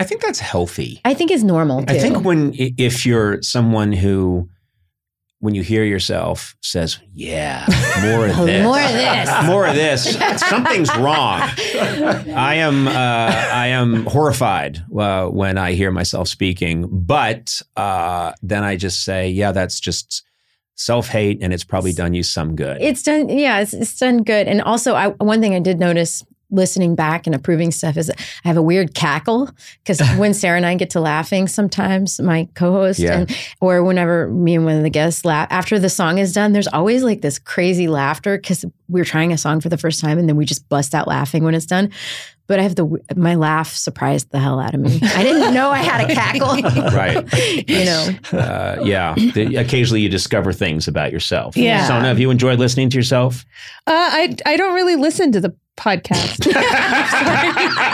Speaker 3: I think that's healthy.
Speaker 1: I think is normal. Too.
Speaker 3: I think when i- if you're someone who, when you hear yourself says, "Yeah, more
Speaker 1: *laughs*
Speaker 3: of this,
Speaker 1: More of this.
Speaker 3: *laughs* more of this,"
Speaker 1: *laughs*
Speaker 3: something's wrong. I am uh, I am horrified uh, when I hear myself speaking, but uh, then I just say, "Yeah, that's just self hate, and it's probably done you some good."
Speaker 1: it's done. Yeah, it's, it's done good. And also, I, one thing I did notice listening back and approving stuff is I have a weird cackle because when Sarah and I get to laughing, sometimes my co-host
Speaker 3: Yeah.
Speaker 1: and or whenever me and one of the guests laugh after the song is done, there's always like this crazy laughter because we're trying a song for the first time and then we just bust out laughing when it's done. But I have the my laugh surprised the hell out of me. I didn't know I had a cackle. *laughs*
Speaker 3: Right.
Speaker 1: you know.
Speaker 3: Uh, yeah. The- occasionally you discover things about yourself.
Speaker 5: Yeah.
Speaker 3: Sona, have you enjoyed listening to
Speaker 1: *laughs*
Speaker 3: yourself?
Speaker 5: Uh, I I don't really listen to the podcast.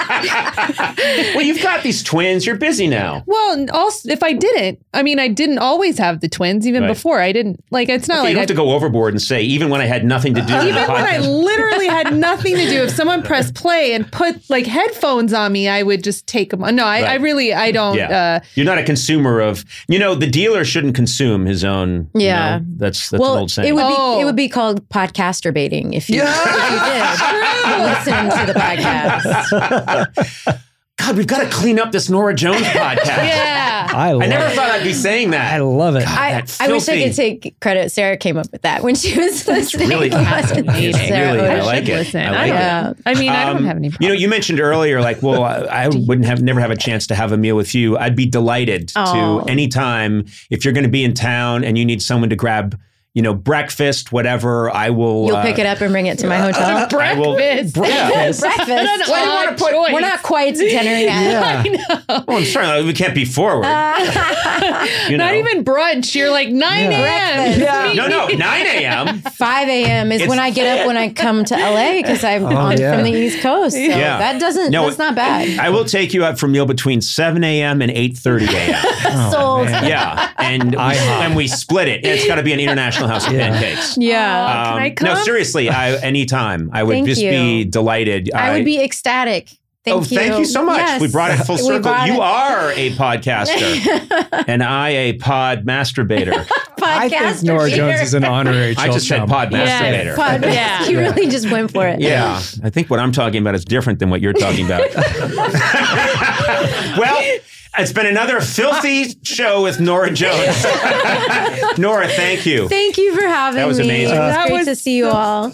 Speaker 3: well, you've got these twins. You're busy now.
Speaker 5: well, and also if I didn't, I mean, I didn't always have the twins. Even
Speaker 3: Right.
Speaker 5: before, I didn't like. It's not
Speaker 3: you don't
Speaker 5: like
Speaker 3: have to
Speaker 5: I,
Speaker 3: go overboard and say, even when I had nothing to do with the
Speaker 5: even when I
Speaker 3: podcast. *laughs*
Speaker 5: literally had nothing to do. If someone pressed play and put like headphones on me, I would just take them. No, I, I
Speaker 3: Right.
Speaker 5: really I don't.
Speaker 3: yeah.
Speaker 5: Uh,
Speaker 3: You're not a consumer of, you know, the dealer shouldn't consume his own. you
Speaker 1: Yeah.
Speaker 3: know, that's that's an old saying.
Speaker 1: It would,
Speaker 5: Oh.
Speaker 1: be, it would be called podcaster baiting if you, if you did listen to the podcast.
Speaker 3: God, we've got to clean up this Nora
Speaker 5: *laughs*
Speaker 3: Jones podcast.
Speaker 5: *laughs* yeah.
Speaker 4: I love
Speaker 3: I never
Speaker 4: it.
Speaker 3: thought I'd be saying that.
Speaker 4: I love it.
Speaker 1: I,
Speaker 3: That
Speaker 1: I wish I
Speaker 3: filthy-
Speaker 1: could take credit. Sarah came up with that when she was listening. *laughs*
Speaker 3: really
Speaker 1: It wasn't
Speaker 3: fascinating. It's
Speaker 1: Sarah
Speaker 3: really- I
Speaker 1: Ocean.
Speaker 3: like it.
Speaker 5: Listen,
Speaker 3: I
Speaker 5: I,
Speaker 3: like
Speaker 5: don't.
Speaker 1: it.
Speaker 5: I mean, I don't
Speaker 3: Um,
Speaker 5: have any.
Speaker 3: You know,
Speaker 5: Problem.
Speaker 3: you mentioned earlier, like, well, I, I
Speaker 5: *laughs*
Speaker 3: wouldn't have never have a chance to have a meal with you. I'd be delighted
Speaker 1: Aw.
Speaker 3: to anytime if you're going to be in town and you need someone to grab, you know, breakfast, whatever. I will. uh,
Speaker 1: You'll pick it up and bring it to my hotel.
Speaker 3: *laughs* I will,
Speaker 1: *laughs*
Speaker 5: *laughs*
Speaker 1: Breakfast.
Speaker 5: What an odd choice.
Speaker 1: We're not quite to dinner yet.
Speaker 4: yeah.
Speaker 3: Well, oh, I'm sorry, we can't be
Speaker 1: *laughs*
Speaker 3: forward. you know?
Speaker 5: Uh, Not even brunch. You're like 9 a.m.
Speaker 1: Breakfast.
Speaker 3: No,
Speaker 5: *laughs*
Speaker 3: no, 9 a.m.
Speaker 1: 5 a.m. is
Speaker 3: It's-
Speaker 1: when I get up when I come to LA because I'm on
Speaker 4: yeah.
Speaker 1: from the East Coast. So
Speaker 3: Oh, Yeah.
Speaker 1: that doesn't,
Speaker 3: No,
Speaker 1: that's not bad.
Speaker 3: I will take you out for meal between 7 a.m. and 8.30 a.m.
Speaker 4: Oh,
Speaker 1: Sold.
Speaker 3: yeah. And we, and we split it. It's got to be an international house of
Speaker 4: Yeah.
Speaker 3: pancakes. Um,
Speaker 1: Yeah.
Speaker 5: Aw, can I
Speaker 3: No,
Speaker 5: come?
Speaker 3: seriously, I, anytime. I would
Speaker 1: Thank
Speaker 3: just
Speaker 1: you.
Speaker 3: be delighted.
Speaker 1: I would be ecstatic. Thank
Speaker 3: oh,
Speaker 1: you.
Speaker 3: thank you so much.
Speaker 1: Yes.
Speaker 3: We brought it full
Speaker 1: We
Speaker 3: circle.
Speaker 1: brought
Speaker 3: You
Speaker 1: it-
Speaker 3: are a podcaster, and I a pod masturbator.
Speaker 4: I think Nora Jones is an honorary
Speaker 3: *laughs* I just said
Speaker 4: chum.
Speaker 3: pod
Speaker 5: Yes.
Speaker 3: masturbator.
Speaker 4: *laughs*
Speaker 1: Pod- *laughs*
Speaker 5: Yeah.
Speaker 1: You really just went for it.
Speaker 3: Yeah, I think what I'm talking about is different than what you're talking
Speaker 4: *laughs*
Speaker 3: about. well, it's been another filthy show with Nora Jones. *laughs* Nora, thank you.
Speaker 1: Thank you for having
Speaker 3: That was
Speaker 1: me.
Speaker 3: amazing.
Speaker 1: It was
Speaker 5: That
Speaker 1: great
Speaker 5: was
Speaker 1: to see you all.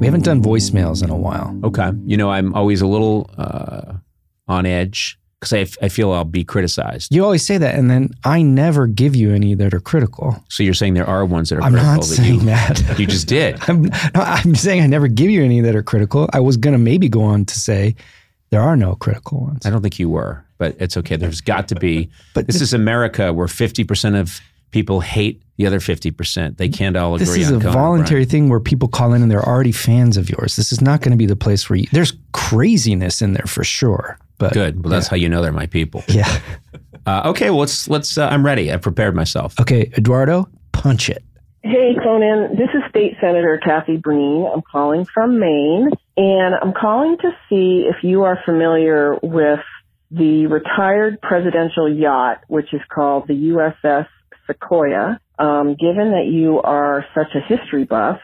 Speaker 4: We haven't done voicemails in a while.
Speaker 3: Okay. You know, I'm always a little uh, on edge because I, f- I feel I'll be criticized.
Speaker 4: You always say that, and then I never give you any that are critical.
Speaker 3: So you're saying there are ones that are
Speaker 4: I'm
Speaker 3: critical
Speaker 4: not
Speaker 3: that
Speaker 4: saying
Speaker 3: you,
Speaker 4: that.
Speaker 3: *laughs* you just did.
Speaker 4: I'm, no, I'm saying I never give you any that are critical. I was going to maybe go on to say there are no critical ones.
Speaker 3: I don't think you were, but it's okay. There's got to be.
Speaker 4: But
Speaker 3: this is America, where 50% of people hate the other 50%. They can't all agree
Speaker 4: This is
Speaker 3: on
Speaker 4: a
Speaker 3: Conan
Speaker 4: voluntary thing where people call in and they're already fans of yours. This is not going to be the place where you, there's craziness in there for sure. But
Speaker 3: O'Brien. Good. Well, that's how you know they're my people.
Speaker 4: Yeah.
Speaker 3: Uh, okay. Well, let's let's. Uh, I'm ready. I prepared myself.
Speaker 4: Okay, Eduardo, punch it.
Speaker 2: Hey, Conan. This is State Senator Kathy Breen. I'm calling from Maine, and I'm calling to see if you are familiar with the retired presidential yacht, which is called the USS Sequoia. Um, given that you are such a history buff,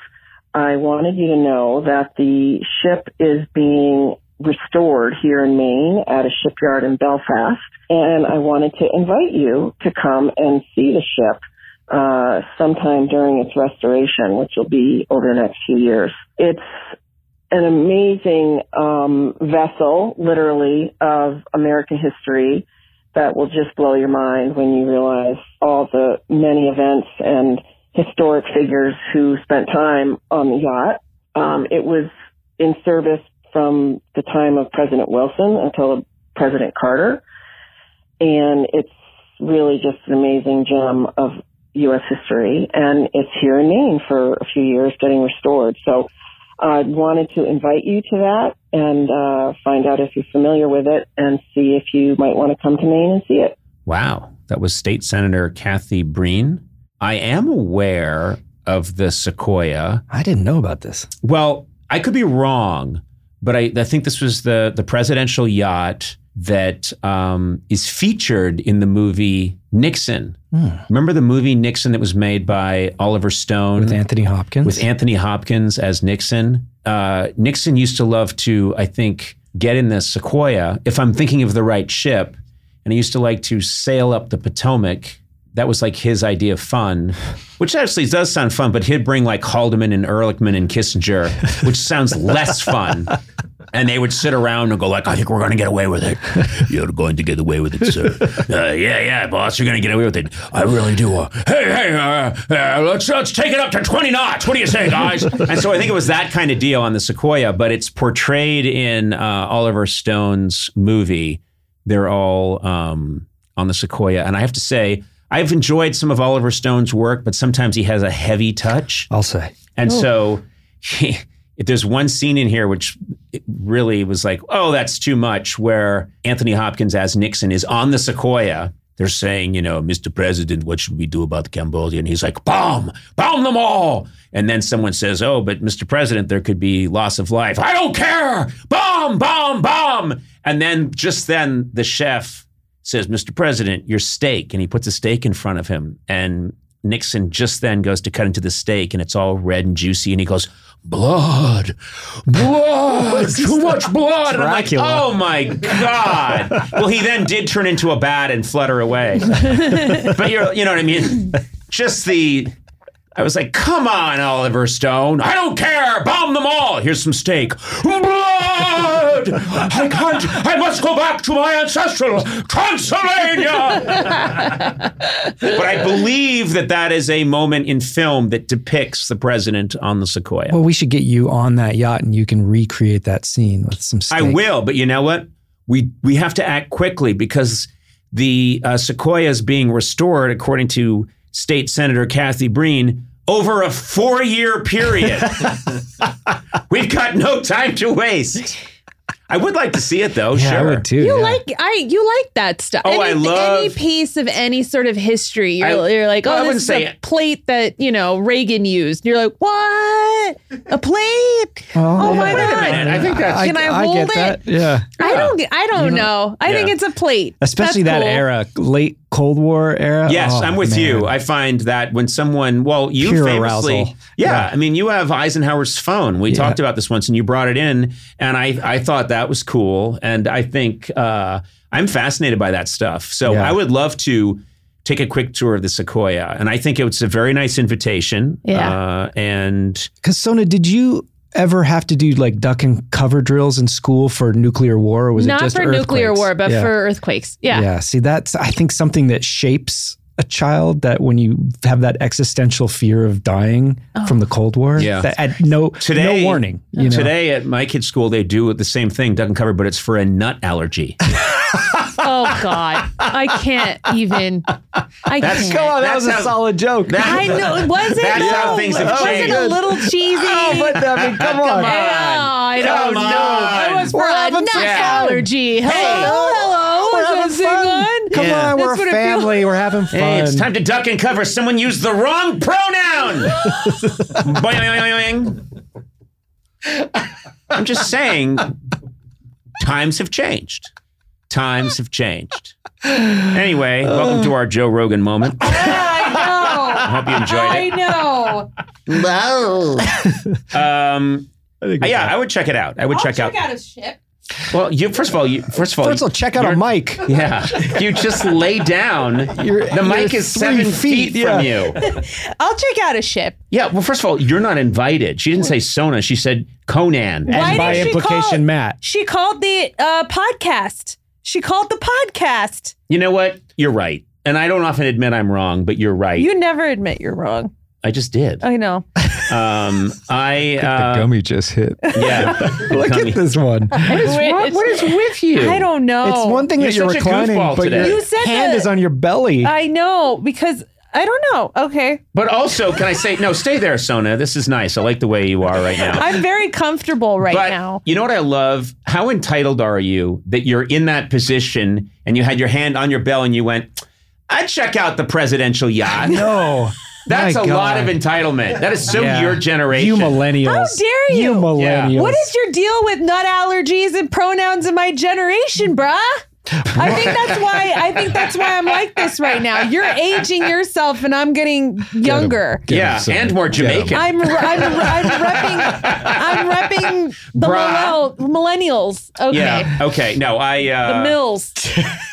Speaker 2: I wanted you to know that the ship is being restored here in Maine at a shipyard in Belfast, and I wanted to invite you to come and see the ship uh, sometime during its restoration, which will be over the next few years. It's an amazing um, vessel, literally, of American history that will just blow your mind when you realize all the many events and historic figures who spent time on the yacht. Um, it was in service from the time of President Wilson until President Carter. And it's really just an amazing gem of U.S. history, and it's here in Maine for a few years getting restored. So I wanted to invite you to that and uh, find out if you're familiar with it and see if you might want to come to Maine and see it.
Speaker 3: Wow. That was State Senator Kathy Breen. I am aware of the Sequoia.
Speaker 4: I didn't know about this.
Speaker 3: Mm-hmm. Well, I could be wrong, but I, I think this was the the presidential yacht that um, is featured in the movie Nixon. Remember the movie Nixon that was made by Oliver Stone
Speaker 4: With Anthony Hopkins.
Speaker 3: with Anthony Hopkins as Nixon. Uh, Nixon used to love to, I think, get in the Sequoia, if I'm thinking of the right ship. And he used to like to sail up the Potomac. That was like his idea of fun, which actually does sound fun, but he'd bring like Haldeman and Ehrlichman and Kissinger, which sounds less *laughs* fun. And they would sit around and go like, "I think we're going to get away with it. *laughs* You're going to get away with it, sir. *laughs* Uh, yeah, yeah, boss, you're going to get away with it. I really do. Uh, hey, hey, uh, uh, let's let's take it up to 20 knots. What do you say, guys?" *laughs* and so I think it was that kind of deal on the Sequoia, but it's portrayed in uh, Oliver Stone's movie. They're all um, on the Sequoia, and I have to say, I've enjoyed some of Oliver Stone's work, but sometimes he has a heavy touch.
Speaker 4: I'll say.
Speaker 3: And so he, *laughs* if there's one scene in here which it really was like, oh, that's too much, where Anthony Hopkins as Nixon is on the Sequoia. They're saying, you know, Mr. President, what should we do about Cambodia? And he's like, bomb, bomb them all. And then someone says, oh, but Mr. President, there could be loss of life. I don't care. Bomb, bomb, bomb. And then just then the chef says, Mr. President, your steak. And he puts a steak in front of him. And Nixon just then goes to cut into the steak and it's all red and juicy. And he goes, Blood, blood, too much blood. And I'm like,
Speaker 4: Dracula.
Speaker 3: oh my God. well, he then did turn into a bat and flutter away. but you're, you know what I mean? Just the. I was like, come on, Oliver Stone. I don't care. Bomb them all. Here's some steak. Blood! I can't. I must go back to my ancestral Transylvania. but I believe that that is a moment in film that depicts the president on the Sequoia.
Speaker 4: Well, we should get you on that yacht and you can recreate that scene with some steak.
Speaker 3: I will, but you know what? We we have to act quickly because the uh, sequoia is being restored, according to State Senator Kathy Breen, over a
Speaker 4: *laughs*
Speaker 3: four-year period. We've got no time to waste. I would like to see it though.
Speaker 4: yeah,
Speaker 3: sure.
Speaker 4: I would too.
Speaker 5: You
Speaker 4: yeah.
Speaker 5: like I you like that stuff.
Speaker 3: Oh,
Speaker 5: any,
Speaker 3: I love-
Speaker 5: any piece of any sort of history. You're,
Speaker 3: I-
Speaker 5: you're like,
Speaker 3: well, I
Speaker 5: oh,
Speaker 3: wouldn't
Speaker 5: this is
Speaker 3: say
Speaker 5: a
Speaker 3: it.
Speaker 5: plate that you know Reagan used. You're like, what? A plate? Oh, my
Speaker 3: Wait a
Speaker 5: God.
Speaker 3: minute. I think that's.
Speaker 5: Can I hold
Speaker 4: get
Speaker 5: it?
Speaker 4: That. Yeah.
Speaker 5: I don't. I don't know. I think
Speaker 3: Yeah.
Speaker 5: it's a plate.
Speaker 4: Especially
Speaker 5: That's
Speaker 4: that
Speaker 5: cool.
Speaker 4: era, late Cold War era.
Speaker 3: Yes,
Speaker 4: Oh,
Speaker 3: I'm with you.
Speaker 4: man.
Speaker 3: I find that when someone, well, you
Speaker 4: Pure
Speaker 3: famously,
Speaker 4: arousal.
Speaker 3: Yeah,
Speaker 4: Yeah.
Speaker 3: I mean, you have Eisenhower's phone. We talked about this once, and you brought it in, and I, I thought that was cool, and I think uh, I'm fascinated by that stuff. So
Speaker 4: Yeah.
Speaker 3: I would love to take a quick tour of the Sequoia, and I think it's a very nice invitation.
Speaker 1: Yeah.
Speaker 3: uh, and
Speaker 4: Because Sona, did you ever have to do like duck and cover drills in school for nuclear war? Or was
Speaker 5: Not
Speaker 4: it just
Speaker 5: for nuclear
Speaker 4: earthquakes?
Speaker 5: war, but
Speaker 4: Yeah.
Speaker 5: for earthquakes. Yeah.
Speaker 4: yeah. See, that's I think something that shapes a child that when you have that existential fear of dying
Speaker 5: Oh.
Speaker 4: from the Cold War,
Speaker 3: Yeah.
Speaker 4: that at no
Speaker 3: Today-
Speaker 4: no warning. You know?
Speaker 3: today at my kid's school, they do the same thing, duck and cover, but it's for a nut allergy.
Speaker 5: Oh God, I can't even. I
Speaker 3: That's-
Speaker 5: can't.
Speaker 3: come on,
Speaker 4: that was
Speaker 3: That's
Speaker 4: a
Speaker 3: how-
Speaker 4: solid joke.
Speaker 5: I
Speaker 4: *laughs*
Speaker 3: *laughs*
Speaker 5: know. It wasn't.
Speaker 3: That's how
Speaker 5: though.
Speaker 3: things have
Speaker 5: was
Speaker 3: changed.
Speaker 5: it a little cheesy?
Speaker 4: Oh, but I mean, come on.
Speaker 5: Oh, I
Speaker 3: Come
Speaker 5: don't know.
Speaker 3: on.
Speaker 5: I was for
Speaker 4: We're
Speaker 5: a
Speaker 4: having
Speaker 5: nut
Speaker 4: some fun.
Speaker 5: allergy. Hello,
Speaker 4: We're
Speaker 5: hello.
Speaker 4: having
Speaker 5: Is that
Speaker 4: fun.
Speaker 5: fun?
Speaker 4: Come
Speaker 3: Yeah.
Speaker 4: on, we're
Speaker 5: That's
Speaker 4: a
Speaker 5: what it feels-
Speaker 4: family. We're having fun.
Speaker 3: Hey, it's time to duck and cover. Someone used the wrong pronoun.
Speaker 4: *laughs*
Speaker 3: Boing. I'm just saying, times have changed. Times have changed. Anyway, welcome to our Joe Rogan moment. I
Speaker 5: I
Speaker 3: hope you
Speaker 4: *laughs*
Speaker 5: know.
Speaker 3: enjoyed
Speaker 5: I know.
Speaker 3: it. Um, yeah, I would check it out. I
Speaker 4: Oh,
Speaker 3: would
Speaker 5: I'll
Speaker 3: check, out.
Speaker 5: out a ship.
Speaker 3: Well, you first of all, you first of all,
Speaker 4: First of all, check out a
Speaker 3: you're-
Speaker 4: mic.
Speaker 3: Yeah, you just lay down.
Speaker 4: You're-
Speaker 3: the mic
Speaker 4: you're
Speaker 3: is
Speaker 4: three
Speaker 3: seven
Speaker 4: feet,
Speaker 3: feet,
Speaker 4: yeah.
Speaker 3: from you.
Speaker 5: I'll check out a ship.
Speaker 3: Yeah, well, first of all, you're not invited. She didn't say Sona. She said Conan.
Speaker 5: Why
Speaker 4: And
Speaker 5: did
Speaker 4: by
Speaker 5: she
Speaker 4: implication,
Speaker 5: call-
Speaker 4: Matt.
Speaker 5: She called the uh, podcast. She called the podcast.
Speaker 3: You know what? You're right. And I don't often admit I'm wrong, but you're right.
Speaker 5: You never admit you're wrong.
Speaker 3: I just
Speaker 5: *laughs*
Speaker 3: did.
Speaker 5: I know.
Speaker 3: Um, I,
Speaker 8: the
Speaker 3: uh,
Speaker 8: gummy just
Speaker 3: *laughs*
Speaker 8: hit.
Speaker 3: yeah.
Speaker 4: *laughs* Look
Speaker 3: Gummy.
Speaker 4: at this one.
Speaker 3: What is, what- what is with you?
Speaker 5: I don't know.
Speaker 4: It's one thing
Speaker 3: You're
Speaker 4: that you're
Speaker 3: such a
Speaker 4: reclining,
Speaker 3: goofball
Speaker 4: but
Speaker 3: today.
Speaker 4: your
Speaker 5: You said
Speaker 4: hand
Speaker 5: that- Uh,
Speaker 4: is on your belly.
Speaker 5: I know because I don't know. Okay.
Speaker 3: But also, can I say, no, stay there, Sona. This is nice. I like the way you are right now.
Speaker 5: I'm very comfortable right
Speaker 3: but
Speaker 5: now.
Speaker 3: you know what I love? How entitled are you that you're in that position and you had your hand on your bell and you went, I check out the presidential yacht.
Speaker 4: *laughs* no.
Speaker 3: That's
Speaker 4: My
Speaker 3: a lot of
Speaker 4: God.
Speaker 3: entitlement. That is so
Speaker 4: Yeah.
Speaker 3: your generation.
Speaker 4: You millennials.
Speaker 5: How dare you?
Speaker 3: Yeah.
Speaker 4: You millennials.
Speaker 5: What is your deal with nut allergies and pronouns in my generation, bruh? I think that's why I think that's why I'm like this right now. You're aging yourself and I'm getting younger.
Speaker 8: Get
Speaker 3: yeah,
Speaker 8: him, son.
Speaker 3: and more
Speaker 8: Get him.
Speaker 3: Jamaican.
Speaker 5: I'm I'm I'm repping I'm repping the
Speaker 3: Bruh.
Speaker 5: millennial- millennials. Okay.
Speaker 3: Yeah. Okay. No, I.
Speaker 5: The
Speaker 3: Uh,
Speaker 5: mills.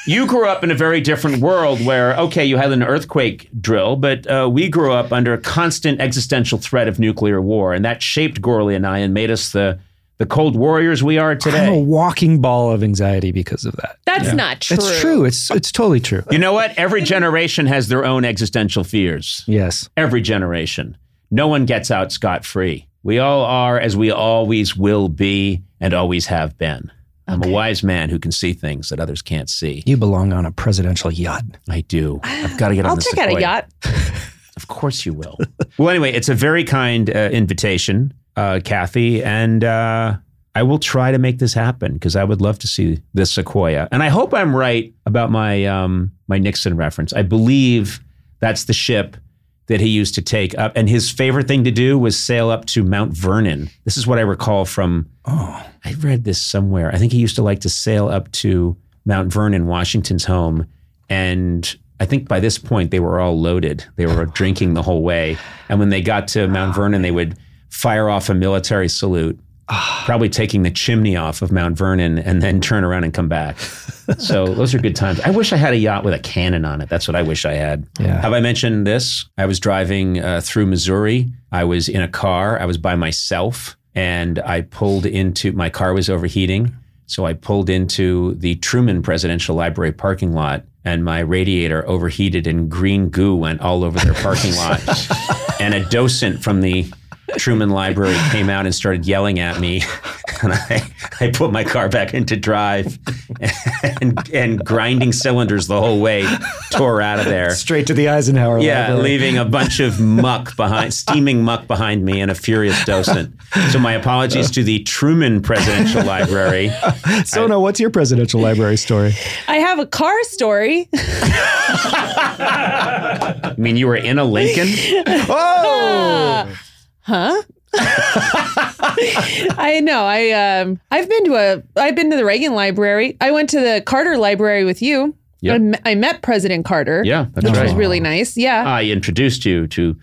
Speaker 3: You grew up in a very different world where, okay, you had an earthquake drill, but uh, we grew up under a constant existential threat of nuclear war, and that shaped Gorley and I and made us the the cold warriors we are
Speaker 4: I'm a
Speaker 3: today.
Speaker 4: walking ball of anxiety because of that.
Speaker 5: That's not true.
Speaker 4: It's true. It's it's totally true.
Speaker 3: You know what? Every generation has their own existential fears.
Speaker 4: Yes.
Speaker 3: Every generation. No one gets out scot free. We all are as we always will be and always have been. I'm a wise man who can see things that others can't see.
Speaker 4: You belong on a presidential yacht.
Speaker 3: I do. I've got to get on
Speaker 5: I'll
Speaker 3: the
Speaker 5: check out a
Speaker 3: Sequoia.
Speaker 5: yacht.
Speaker 3: Of course you will. *laughs* well, anyway, it's a very kind uh, invitation, uh, Kathy, and uh, I will try to make this happen because I would love to see this sequoia. And I hope I'm right about my um, my Nixon reference. I believe that's the ship that he used to take up, and his favorite thing to do was sail up to Mount Vernon. This is what I recall from.
Speaker 4: Oh.
Speaker 3: I read this somewhere. I think he used to like to sail up to Mount Vernon, Washington's home. And I think by this point, they were all loaded. They were drinking the whole way. And when they got to Mount Vernon, they would fire off a military salute, *sighs* probably taking the chimney off of Mount Vernon and then turn around and come back. So those are good times. I wish I had a yacht with a cannon on it. That's what I wish I had.
Speaker 4: Yeah.
Speaker 3: Have I mentioned this? I was driving uh, through Missouri. I was in a car. I was by myself, and I pulled into my car was overheating, so I pulled into the Truman Presidential Library parking lot, and my radiator overheated, and green goo went all over their parking lot, and a docent from the Truman Library came out and started yelling at me, and I, I put my car back into drive, and and grinding cylinders the whole way tore out of there.
Speaker 6: Straight to the Eisenhower.
Speaker 3: Yeah,
Speaker 6: Library.
Speaker 3: leaving a bunch of muck behind, steaming muck behind me, and a furious docent. So my apologies to the Truman Presidential Library.
Speaker 6: Sona, what's your presidential library story?
Speaker 5: I have a car story.
Speaker 3: I mean, you were in a Lincoln. Ah! *laughs*
Speaker 5: I know. I um I've been to a I've been to the Reagan Library. I went to the Carter Library with you.
Speaker 3: Yep.
Speaker 5: I, met, I met President Carter.
Speaker 3: Yeah, that's
Speaker 5: which was
Speaker 3: right. Ah,
Speaker 5: really nice. Yeah.
Speaker 3: I introduced you to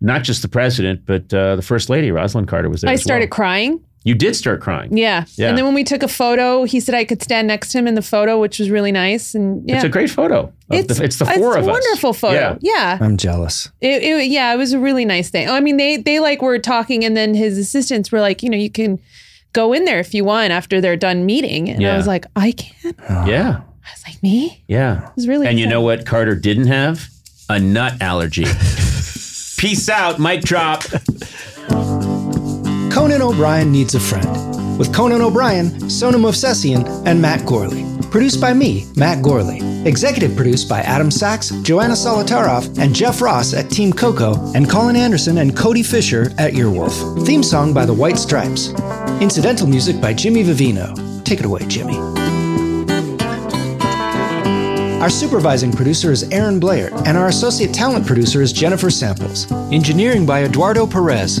Speaker 3: not just the president, but uh, the first lady, Rosalind Carter, was there.
Speaker 5: I
Speaker 3: as well.
Speaker 5: started crying.
Speaker 3: You did start crying.
Speaker 5: Yeah.
Speaker 3: Yeah.
Speaker 5: And then when we took a photo, he said I could stand next to him in the photo, which was really nice. And yeah.
Speaker 3: It's a great photo. of the- It's, the four
Speaker 5: it's
Speaker 3: of
Speaker 5: a
Speaker 3: us.
Speaker 5: wonderful
Speaker 3: Yeah.
Speaker 5: photo. Yeah.
Speaker 6: I'm jealous.
Speaker 5: It, it, yeah, it was a really nice thing. I mean, they they like were talking, and then his assistants were like, you know, you can go in there if you want after they're done meeting. And
Speaker 3: Yeah.
Speaker 5: I was like, I can't. I
Speaker 3: Yeah.
Speaker 5: was like, me?
Speaker 3: Yeah.
Speaker 5: It was really.
Speaker 3: And you
Speaker 5: sad.
Speaker 3: know what Carter didn't have? A nut allergy. Peace out. Mic drop.
Speaker 4: Conan O'Brien Needs a Friend, with Conan O'Brien, Sonam Movsesian, and Matt Gorley. Produced by me, Matt Gorley. Executive produced by Adam Sachs, Joanna Solitaroff, and Jeff Ross at Team Coco, and Colin Anderson and Cody Fisher at Earwolf. Theme song by The White Stripes. Incidental music by Jimmy Vivino. Take it away, Jimmy. Our supervising producer is Aaron Blair, and our associate talent producer is Jennifer Samples. Engineering by Eduardo Perez.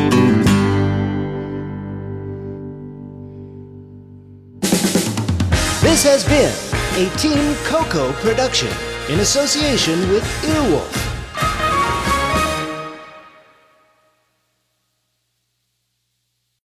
Speaker 4: This has been a Team Coco production in association with Earwolf.